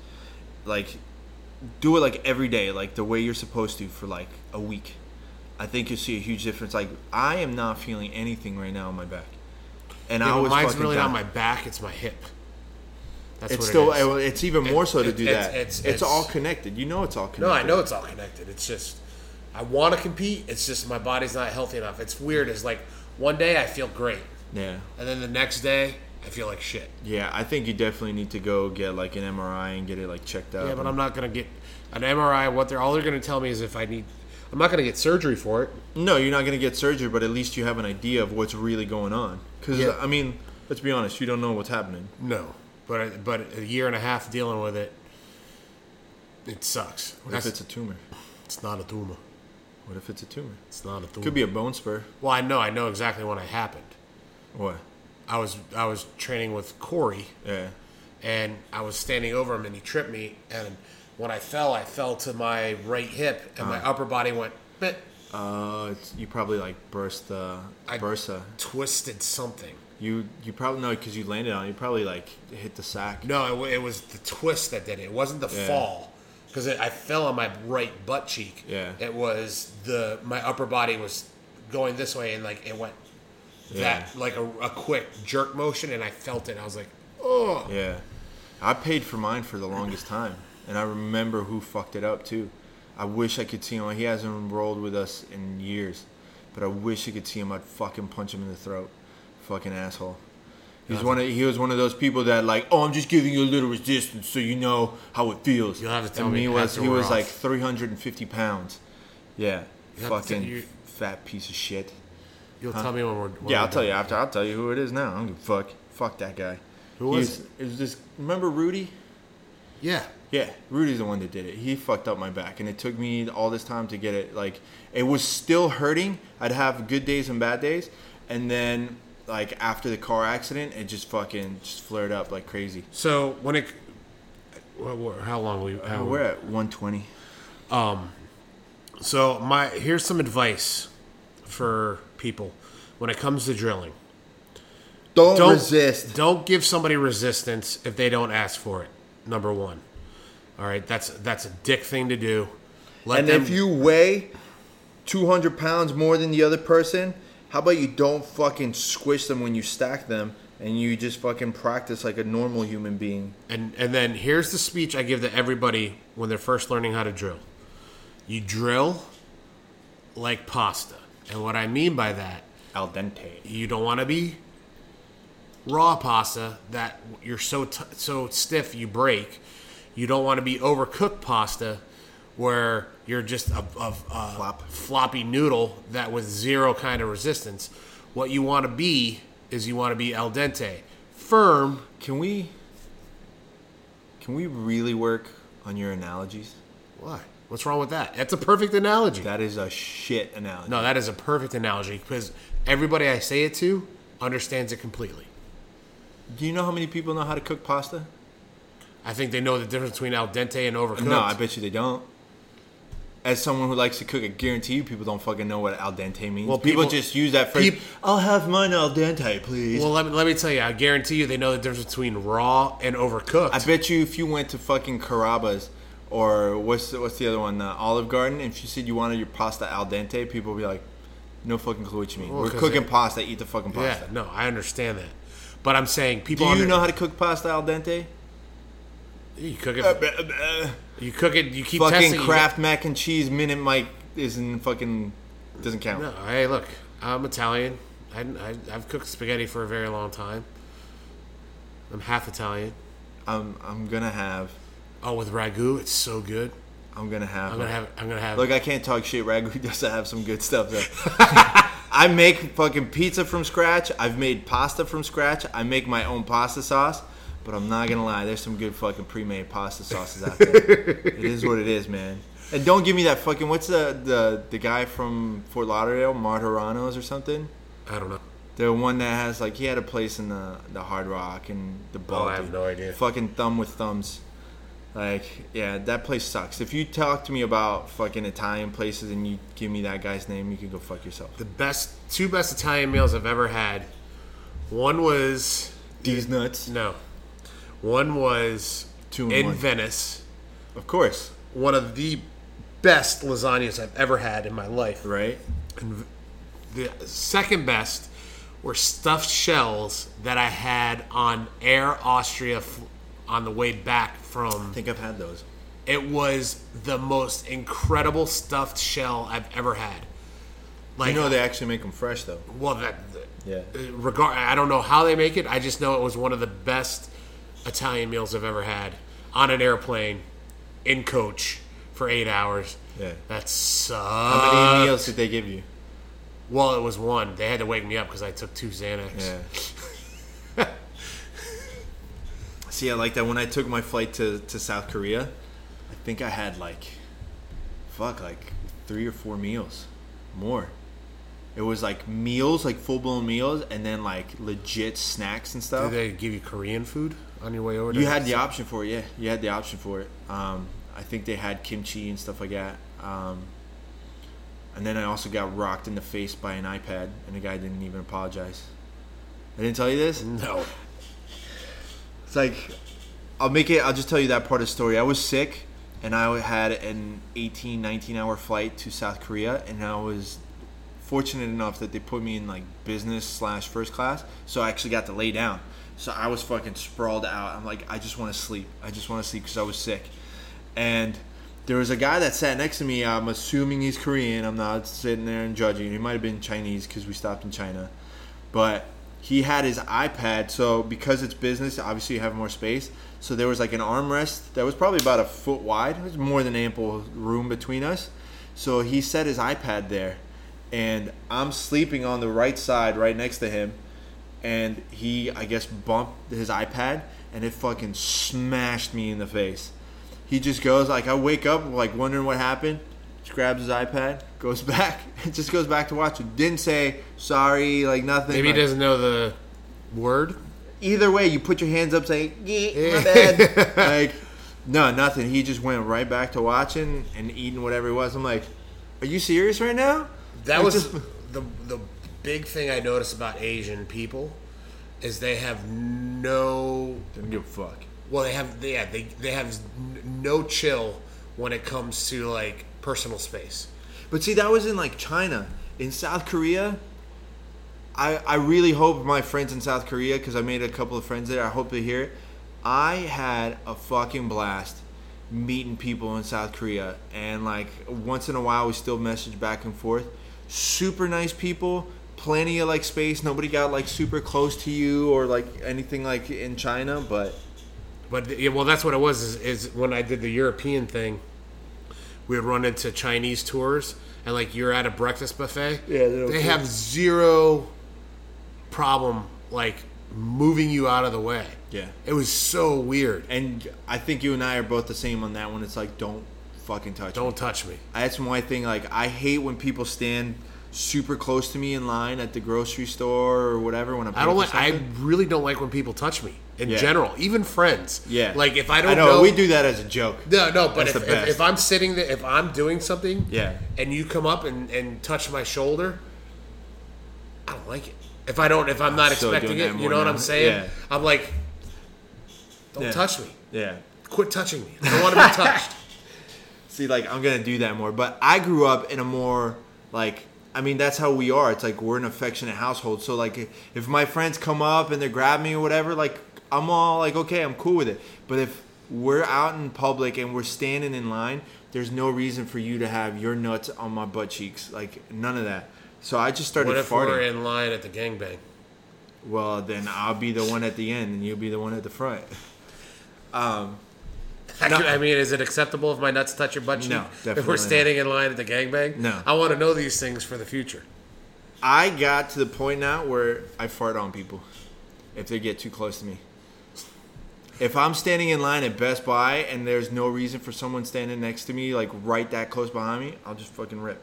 A: like do it like every day, like the way you're supposed to for like a week. I think you'll see a huge difference. Like I am not feeling anything right now on my back, and
B: yeah,
A: I
B: but
A: was
B: mine's
A: fucking
B: really not
A: down.
B: my back; it's my hip. That's
A: It's
B: what
A: still
B: it is.
A: it's even more so to
B: it-
A: do
B: it's-
A: that.
B: it's-
A: It's,
B: it's-
A: all connected. You know it's all connected.
B: no, I know it's all connected. It's just I want to compete. It's just my body's not healthy enough. It's weird. It's like one day I feel great,
A: Yeah,
B: and then the next day I feel like shit.
A: yeah. I think you definitely need to go get like an MRI and get it like checked out.
B: Yeah, but I'm not gonna get an MRI. What they're all they're gonna tell me is if I need. I'm not gonna get surgery for it.
A: No, you're not going to get surgery, but at least you have an idea of what's really going on. Because
B: Yeah.
A: I mean, let's be honest, you don't know what's happening.
B: No, but I, but a year and a half dealing with it, it sucks.
A: What
B: That's-
A: if it's a tumor?
B: it's not a tumor.
A: What if it's a tumor?
B: It's not a tumor.
A: Could be a bone spur.
B: Well, I know. I know exactly when it happened.
A: What?
B: I was I was training with Corey,
A: Yeah.
B: and I was standing over him, and he tripped me, and when I fell, I fell to my right hip, and my
A: Ah.
B: upper body went. "Bit."
A: Uh, it's, you probably like burst the
B: I
A: bursa.
B: twisted something.
A: You you probably know because you landed on. it, You probably like hit the sack.
B: No, it, w- it was the twist that did it. It wasn't the
A: Yeah.
B: fall because I fell on my right butt cheek.
A: Yeah.
B: It was the my upper body was going this way and like it went that like a, a quick jerk motion, and I felt it. I was like, oh,
A: Yeah. I paid for mine for the longest time, and I remember who fucked it up too. I wish I could see him. He hasn't enrolled with us in years, but I wish I could see him. I'd fucking punch him in the throat. Fucking asshole. He was one of he was one of those people that like, oh, I'm just giving you a little resistance so you know how it feels.
B: You'll have to tell
A: and
B: me
A: He was
B: after
A: he
B: we're
A: was
B: off.
A: like 350 pounds. Yeah,
B: have to
A: fucking
B: tell you-
A: fat piece of shit.
B: you'll tell me when we're. When
A: Yeah,
B: we're
A: I'll tell
B: done.
A: you after. I'll tell you who it is now. I don't give a fuck. Fuck that guy.
B: Who was
A: He's- it? was this. Remember Rudy?
B: Yeah,
A: Yeah, Rudy's the one that did it. He fucked up my back, and it took me all this time to get it. Like, it was still hurting. I'd have good days and bad days, and then like after the car accident, it just fucking just flared up like crazy.
B: So when it, wha- wha- how long we? How,
A: We're at 120.
B: So my here's some advice for people when it comes to drilling.
A: Don't,
B: Don't
A: resist.
B: Don't give somebody resistance if they don't ask for it. Number one. All right, that's that's a dick thing to do. Let
A: And
B: them-
A: if you weigh 200 pounds more than the other person, how about you don't fucking squish them when you stack them and you just fucking practice like a normal human being?
B: And and then here's the speech I give to everybody when they're first learning how to drill. You drill like pasta. And what I mean by that,
A: Al dente.
B: you don't want to be raw pasta that you're so t- so stiff you break. You don't want to be overcooked pasta where you're just a, a, a
A: Flop.
B: floppy noodle that with zero kind of resistance. What you want to be is you want to be al dente, firm.
A: Can we can we really work on your analogies?
B: Why? What's wrong with that? That's a perfect analogy.
A: That is a shit analogy.
B: No, that is a perfect analogy because everybody I say it to understands it completely.
A: Do you know how many people know how to cook pasta?
B: I think they know the difference between al dente and overcooked.
A: No, I bet you they don't. As someone who likes to cook, I guarantee you people don't fucking know what al dente means.
B: Well,
A: people,
B: people-
A: just use that phrase.
B: peop-
A: I'll have mine al dente, please.
B: Well, let me, let me tell you, I guarantee you they know the difference between raw and overcooked.
A: I bet you if you went to fucking Carrabba's or what's the, what's the other one, uh, Olive Garden, and if you said you wanted your pasta al dente, people would be like, "No fucking clue what you mean.
B: Well,
A: We're
B: 'cause
A: cooking
B: they-
A: pasta. Eat the fucking
B: yeah,
A: pasta."
B: no, I understand that. But I'm saying
A: Do
B: people
A: you
B: under-
A: know how to cook pasta al dente?
B: you cook it. You cook it. You keep
A: fucking
B: testing. you
A: Kraft mac and cheese Minute Mike isn't fucking doesn't count.
B: get- no, hey, look, I'm Italian. I, I, I've cooked spaghetti for a very long time. I'm half Italian.
A: I'm I'm gonna have
B: Oh, with ragu, it's so good.
A: I'm gonna have.
B: I'm gonna have. I'm gonna have.
A: Look, I can't talk shit. Ragu [LAUGHS] does have some good stuff though. I make fucking pizza from scratch. I've made pasta from scratch. I make my own pasta sauce. But I'm not gonna lie, there's some good fucking pre-made pasta sauces out there. it is what it is, man. And don't give me that fucking what's the the, the guy from Fort Lauderdale, Martiranos or something.
B: I don't know.
A: The one that has like he had a place in the the Hard Rock and the Baltic.
B: Oh, I have no idea.
A: Fucking thumb with thumbs. Like yeah, that place sucks. If you talk to me about fucking Italian places and you give me that guy's name, you could go fuck yourself.
B: The best two best Italian meals I've ever had. One was
A: These nuts,
B: no. One was
A: Two and
B: in
A: one.
B: Venice.
A: of course,
B: one of the best lasagnas I've ever had in my life.
A: right?
B: And the second best were stuffed shells that I had on Air Austria f- on the way back
A: I
B: from.
A: think I've had those.
B: It was the most incredible stuffed shell I've ever had. Like,
A: You know they actually make them fresh though.
B: well, that
A: Yeah.
B: regard. I don't know how they make it. I just know it was one of the best Italian meals I've ever had on an airplane in coach for eight hours.
A: Yeah.
B: That
A: How
B: sucks.
A: many meals did they give you?
B: Well, it was one. They had to wake me up because I took two Xanax.
A: Yeah. [LAUGHS] See, I like that. When I took my flight to, to South Korea, I think I had like, fuck, like three or four meals, more. It was like meals, like full blown meals, and then like legit snacks and stuff.
B: Did they give you Korean food on your way over?
A: You had the option for it, yeah. You had the option for it. Um, I think they had kimchi and stuff like that. Um, and then I also got rocked in the face by an iPad, and the guy didn't even apologize. I didn't tell you this.
B: no.
A: It's like I'll make it. I'll just tell you that part of the story. I was sick, and I had an 18, 19 hour flight to South Korea, and I was fortunate enough that they put me in like business slash first class, so I actually got to lay down. So I was fucking sprawled out. I'm like, I just want to sleep. I just want to sleep because I was sick. And there was a guy that sat next to me. I'm assuming he's Korean. I'm not sitting there and judging. He might have been Chinese because we stopped in China, but he had his iPad. So because it's business, obviously you have more space. So there was like an armrest that was probably about a foot wide. It was more than ample room between us. So he set his iPad there, and I'm sleeping on the right side, right next to him. And he, I guess, bumped his iPad, and it fucking smashed me in the face. He just goes like, I wake up like wondering what happened. Just grabs his iPad, goes [LAUGHS] back, and just goes back to watch it. Didn't say sorry, like nothing.
B: Maybe
A: like,
B: he doesn't know the word.
A: either way, you put your hands up saying, "Yeah, my
B: [LAUGHS]
A: bad." like, no, nothing. He just went right back to watching and eating whatever it was. I'm like, are you serious right now?
B: That
A: Like,
B: was
A: just-
B: the the big thing I noticed about Asian people is they have no
A: Didn't give a fuck.
B: well they have yeah they they have n- no chill when it comes to like personal space.
A: But see, that was in like China. In South Korea, I I really hope my friends in South Korea, because I made a couple of friends there. I hope they hear it. I had a fucking blast meeting people in South Korea, and like once in a while we still message back and forth. Super nice people, plenty of like space. Nobody got like super close to you or like anything like in China, but
B: But yeah, well, that's what it was. Is, is when I did the European thing, we would run into Chinese tours, and like you're at a breakfast buffet.
A: Yeah, they're
B: they
A: okay.
B: have zero problem like moving you out of the way.
A: Yeah.
B: it was so weird.
A: and I think you and I are both the same on that one. It's like don't fucking touch. me.
B: Don't touch me.
A: that's one thing like i hate when people stand super close to me in line at the grocery store or whatever when i'm
B: I don't
A: paying
B: like.
A: for
B: I
A: something.
B: really don't like when people touch me in
A: Yeah.
B: general, even friends.
A: yeah
B: like if I don't
A: know,
B: know
A: we do that as a joke
B: No, no, but
A: That's
B: if,
A: the
B: if,
A: best.
B: if I'm sitting there, if I'm doing something,
A: Yeah.
B: and you come up and, and touch my shoulder, I don't like it. If I don't, if I'm not
A: still
B: expecting
A: doing
B: it,
A: that
B: you
A: more
B: know what
A: now.
B: I'm saying?
A: Yeah.
B: I'm like, don't
A: Yeah.
B: touch me.
A: yeah
B: Quit touching me. I don't want to
A: [LAUGHS]
B: be touched.
A: see like i'm gonna do that more but i grew up in a more like i mean that's how we are it's like we're an affectionate household so like if- if my friends come up and they grab me or whatever like i'm all like okay i'm cool with it but if we're out in public and we're standing in line there's no reason for you to have your nuts on my butt cheeks like none of that so i just started
B: What if
A: farting
B: we're in line at the gangbang? [LAUGHS]
A: Well, then I'll be the one at the end, and you'll be the one at the front. [LAUGHS]
B: I, could- I mean, is it acceptable if my nuts touch your butt cheek?
A: No,
B: If we're
A: definitely
B: standing in line at the gangbang?
A: No.
B: I want to know these things for the future.
A: I got to the point now where I fart on people if they get too close to me. If I'm standing in line at Best Buy and there's no reason for someone standing next to me, like right that close behind me, I'll just fucking rip.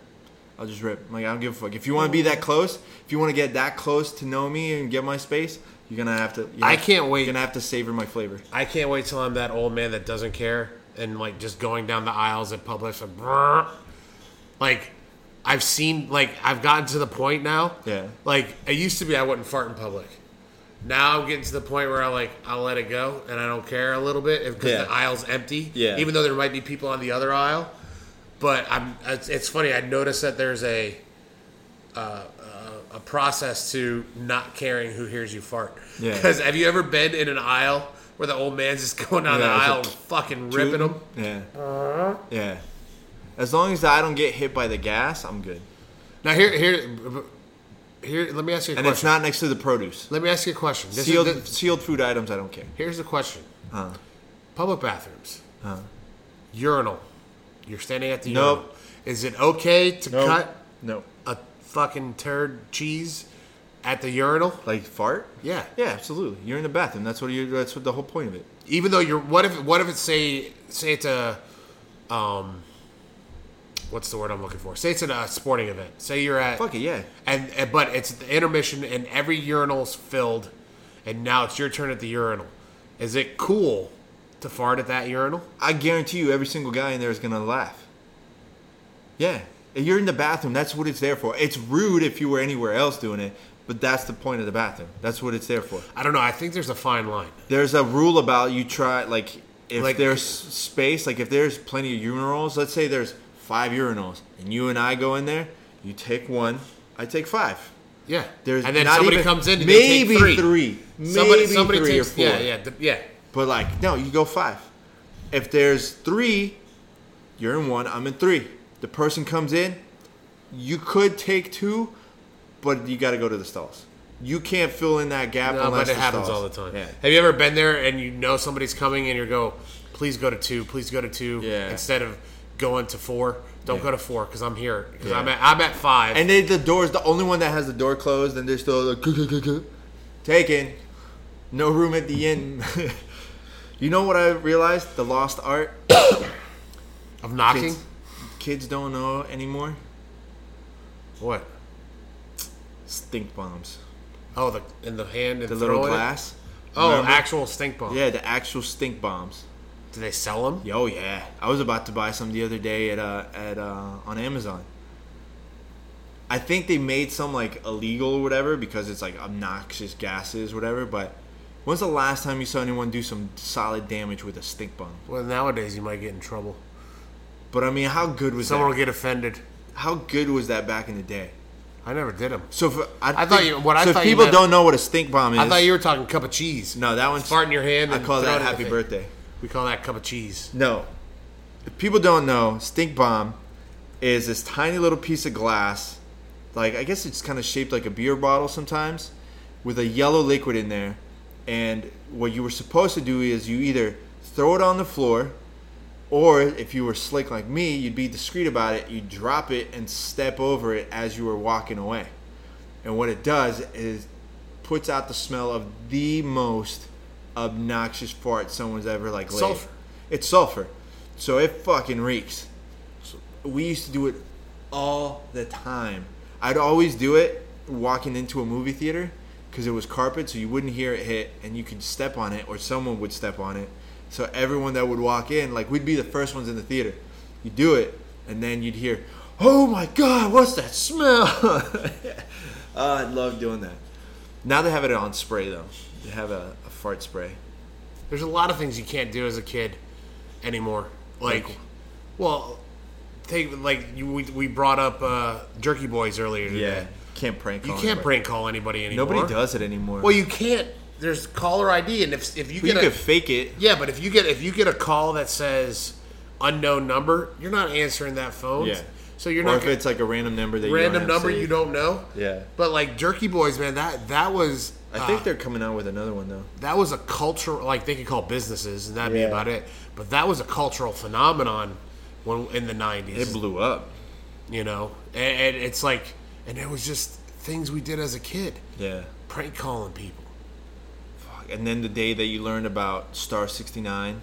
A: I'll just rip. Like I don't give a fuck. If you want to be that close, if you want to get that close to know me and get my space, you're gonna have to. you
B: I
A: have-
B: can't wait.
A: You're gonna have to savor my flavor.
B: I can't wait till I'm that old man that doesn't care and like just going down the aisles at Publix and [LAUGHS] brrr. like I've seen like I've gotten to the point now.
A: Yeah.
B: Like it used to be I wouldn't fart in public. Now I'm getting to the point where I like I'll let it go and I don't care a little bit because
A: Yeah.
B: the aisle's empty.
A: Yeah.
B: Even though there might be people on the other aisle, but I'm it's, it's funny I noticed that there's a a process to not caring who hears you fart.
A: Yeah.
B: Because have you ever been in an aisle where the old man's just [LAUGHS] going down
A: Yeah,
B: the
A: it's a
B: aisle and fucking ripping them?
A: Yeah. Yeah. As long as I don't get hit by the gas, I'm good.
B: Now here, here, b- b- here. Let me ask you a
A: And it's
B: question.
A: not next to the produce.
B: let me ask you a question. This is
A: Sealed,
B: the-
A: sealed food items, I don't care.
B: here's the question. Public bathrooms. Urinal. You're standing at the
A: Nope.
B: urinal. Is it okay to cut
A: No.
B: a fucking turd cheese at the urinal?
A: Like fart?
B: Yeah.
A: Yeah, absolutely. You're in the bathroom. That's what you. That's what the whole point of it.
B: even though you're what if what if it's say say it's a um what's the word I'm looking for? Say it's at a sporting event. Say you're at
A: Fuck it, yeah.
B: and, and but it's the intermission and every urinal's filled and now it's your turn at the urinal. Is it cool to fart at that urinal?
A: I guarantee you, every single guy in there is gonna laugh. Yeah, And you're in the bathroom. That's what it's there for. It's rude if you were anywhere else doing it, but that's the point of the bathroom. That's what it's there for.
B: I don't know. I think there's a fine line.
A: there's a rule about you try like if
B: Like-
A: there's space, like if there's plenty of urinals. Let's say there's five urinals, and you and I go in there. You take one. I take five.
B: Yeah.
A: There's
B: and then
A: not
B: somebody
A: even-
B: comes in and they
A: maybe
B: take three.
A: three.
B: somebody
A: Maybe
B: somebody
A: three or
B: takes yeah,
A: four.
B: yeah, th- yeah.
A: But like, no, you go five. If there's three, you're in one. I'm in three. The person comes in. You could take two, but you got to go to the stalls. You can't fill in that gap
B: No,
A: unless
B: but it
A: the
B: happens
A: stalls.
B: all the time.
A: Yeah.
B: Have you ever been there and you know somebody's coming and you go, please go to two, please go to two,
A: Yeah.
B: instead of going to four? Don't go to four because I'm here because
A: Yeah.
B: I'm at I'm at five.
A: And they, the door's the only one that has the door closed, and they're still like, "Kuh, kuh, kuh, kuh." taken. No room at the end. [LAUGHS] you know what I realized? The lost art.
B: of knocking.
A: Kids, kids don't know anymore.
B: What?
A: Stink bombs.
B: Oh, the in the hand and
A: The little
B: throwing it?
A: glass.
B: Oh,
A: Remember?
B: actual stink bomb.
A: Yeah, the actual stink bombs.
B: Do they sell them?
A: Yeah, Oh yeah, I was about to buy some the other day at uh, at uh, on Amazon. I think they made some like illegal or whatever because it's like obnoxious gases, whatever. But when's the last time you saw anyone do some solid damage with a stink bomb?
B: Well, nowadays you might get in trouble.
A: But I mean, how good was
B: Someone will
A: that?
B: get offended.
A: How good was that back in the day?
B: I never did them.
A: So for, I,
B: I thought
A: think-
B: you- what I
A: so if
B: thought you
A: people
B: meant-
A: don't know what a stink bomb is.
B: I thought you were talking cup of cheese.
A: no, that one's
B: Fart in your hand.
A: I
B: and
A: call
B: throw
A: that
B: it in the
A: happy
B: thing.
A: birthday.
B: We call that cup of cheese.
A: No. If people don't know, stink bomb is this tiny little piece of glass. Like I guess it's kind of shaped like a beer bottle sometimes, with a yellow liquid in there. And what you were supposed to do is you either throw it on the floor, or if you were slick like me, you'd be discreet about it. You drop it and step over it as you were walking away. And what it does is puts out the smell of the most obnoxious fart someone's ever like laid.
B: Sulfur.
A: It's sulfur. So it fucking reeks. We used to do it all the time. I'd always do it walking into a movie theater because it was carpet, so you wouldn't hear it hit, and you could step on it, or someone would step on it. So everyone that would walk in, like we'd be the first ones in the theater. You do it, and then you'd hear, "Oh my god, what's that smell?" [LAUGHS] oh, I'd love doing that. Now they have it on spray though. They have a, a fart spray.
B: There's a lot of things you can't do as a kid anymore. Like,
A: Like-
B: well, take like you, we we brought up uh, Jerky Boys earlier today.
A: can't prank.
B: You
A: call
B: can't
A: anybody.
B: prank call anybody anymore.
A: Nobody does it anymore.
B: Well, you can't. There's caller ID, and if if you
A: you
B: get a,
A: could fake it.
B: Yeah, but if you get if you get a call that says unknown number, you're not answering that phone.
A: Yeah.
B: So you're
A: or
B: not
A: if
B: gonna-
A: it's like a random number that
B: random
A: you don't have
B: number
A: saved.
B: you don't know.
A: Yeah.
B: But like Jerky Boys, man, that that was
A: I think they're coming out with another one though.
B: that was a cultural like they could call businesses and that'd
A: Yeah.
B: be about it. But that was a cultural phenomenon when in the nineties.
A: It blew up.
B: you know, and, and it's like, and it was just things we did as a kid,
A: Yeah.
B: prank calling people.
A: And then the day that you learned about Star 69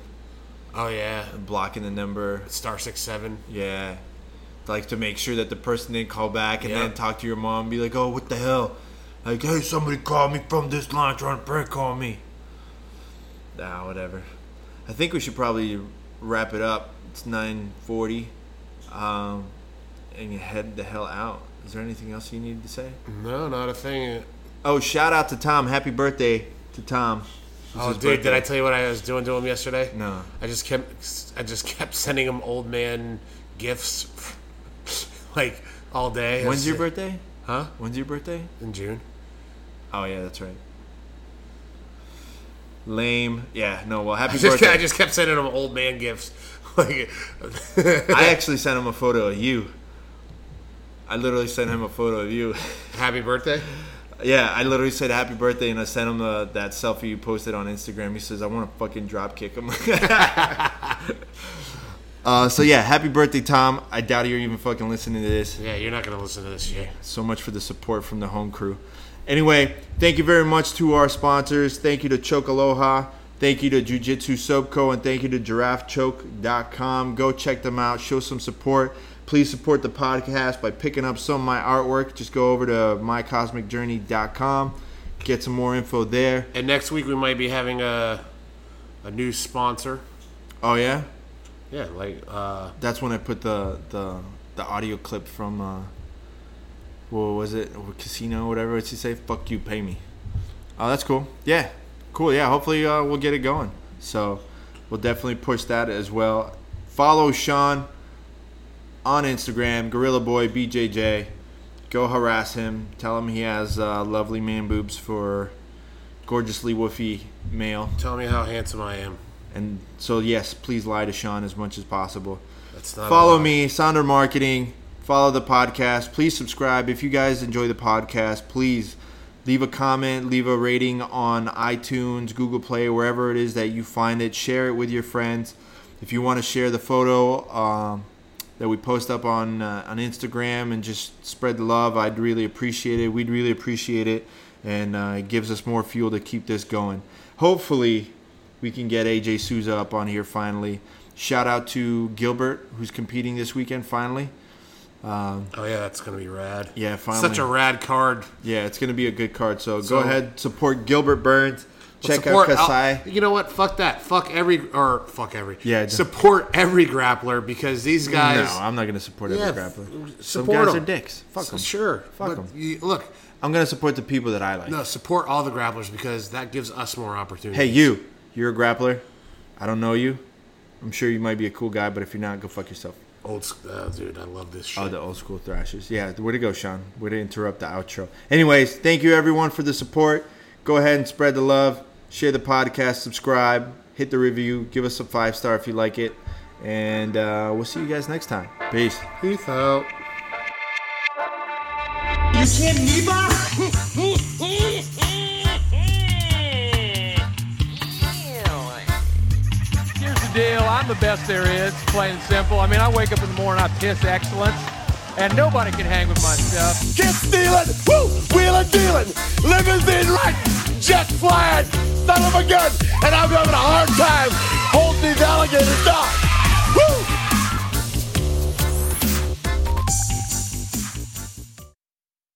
B: Oh yeah,
A: blocking the number,
B: Star Six Seven.
A: yeah, like to make sure that the person didn't call back and
B: Yeah.
A: then talk to your mom and be like, "Oh, what the hell? Like, hey, somebody called me from this line trying to prank call me." Nah, whatever. I think we should probably wrap it up. It's 9:40, um, and you head the hell out. Is there anything else you needed to say?
B: No, not a thing.
A: Oh, shout out to Tom. Happy birthday to Tom. It's
B: Oh,
A: his
B: dude,
A: birthday.
B: did I tell you what I was doing to him yesterday?
A: No.
B: I just kept, I just kept [LAUGHS] sending him old man gifts, [LAUGHS] like all day.
A: When's your birthday?
B: Huh?
A: When's your birthday?
B: In June.
A: Oh yeah, that's right. Lame. Yeah, no. Well, happy
B: I [LAUGHS] just,
A: birthday.
B: I just kept sending him old man gifts. [LAUGHS] Like, [LAUGHS]
A: I actually sent him a photo of you. I literally sent him a photo of you. [LAUGHS]
B: happy birthday.
A: yeah, I literally said happy birthday, and I sent him uh that selfie you posted on Instagram. He says, "I want to fucking drop kick
B: [LAUGHS]
A: him." [LAUGHS] uh, so yeah, happy birthday, Tom. I doubt you're even fucking listening to this.
B: Yeah, you're not gonna listen to this shit.
A: So much for the support from the home crew. Anyway, thank you very much to our sponsors. Thank you to Choke Aloha. Thank you to Jiu Jitsu Soapco. And thank you to GiraffeChoke.com. Go check them out. Show some support. Please support the podcast by picking up some of my artwork. Just go over to mycosmicjourney.com. Get some more info there.
B: And next week we might be having a, a new sponsor.
A: Oh, yeah?
B: Yeah, like uh,
A: That's when I put the, the, the audio clip from, uh, what was it? Casino, whatever. What's he say? Fuck you, pay me. Oh, that's cool. Yeah, cool. Yeah, hopefully uh, we'll get it going. So we'll definitely push that as well. Follow Sean on Instagram, Gorilla Boy BJJ. Go harass him. Tell him he has uh, lovely man boobs for gorgeously woofy male.
B: Tell me how handsome I am.
A: And so, yes, please lie to Sean as much as possible.
B: That's not
A: Follow
B: allowed.
A: me, Sonder Marketing. Follow the podcast. Please subscribe. If you guys enjoy the podcast, please leave a comment, leave a rating on iTunes, Google Play, wherever it is that you find it. Share it with your friends. If you want to share the photo um, that we post up on uh, on Instagram and just spread the love, I'd really appreciate it. We'd really appreciate it, and uh, it gives us more fuel to keep this going. Hopefully, we can get AJ Souza up on here finally. Shout out to Gilbert, who's competing this weekend finally.
B: Oh yeah, that's gonna be rad.
A: Yeah, finally.
B: Such a rad card.
A: Yeah, it's going to be a good card. So,
B: So-
A: go ahead, support Gilbert Burns. Check out
B: Support-
A: Kasai.
B: I'll- You know what? Fuck that. Fuck every or fuck every.
A: Yeah, just-
B: Support every grappler because these guys.
A: no, I'm not going to support
B: Yeah,
A: every grappler.
B: f-
A: Some
B: support
A: guys
B: 'em.
A: are dicks. Fuck them.
B: Sure.
A: Fuck
B: but
A: 'em.
B: you- Look,
A: I'm going to support the people that I like.
B: no, support all the grapplers because that gives us more opportunity.
A: Hey, you. You're a grappler. I don't know you. I'm sure you might be a cool guy, but if you're not, go fuck yourself.
B: old sc- oh, dude, I love this shit.
A: Oh, the old school thrashers. Yeah, way to go, Sean. Way to interrupt the outro. Anyways, thank you everyone for the support. Go ahead and spread the love, share the podcast, subscribe, hit the review, give us a five star if you like it, and uh, we'll see you guys next time. Peace.
B: Peace out.
C: You can't Ew.
D: Here's the deal. I'm the best there is, plain and simple. I mean, I wake up in the morning, I piss excellence, and nobody can hang with my stuff.
E: Get stealing, woo, wheeling, dealing, limousine right, jet flying, son of a gun, and I'm having a hard time.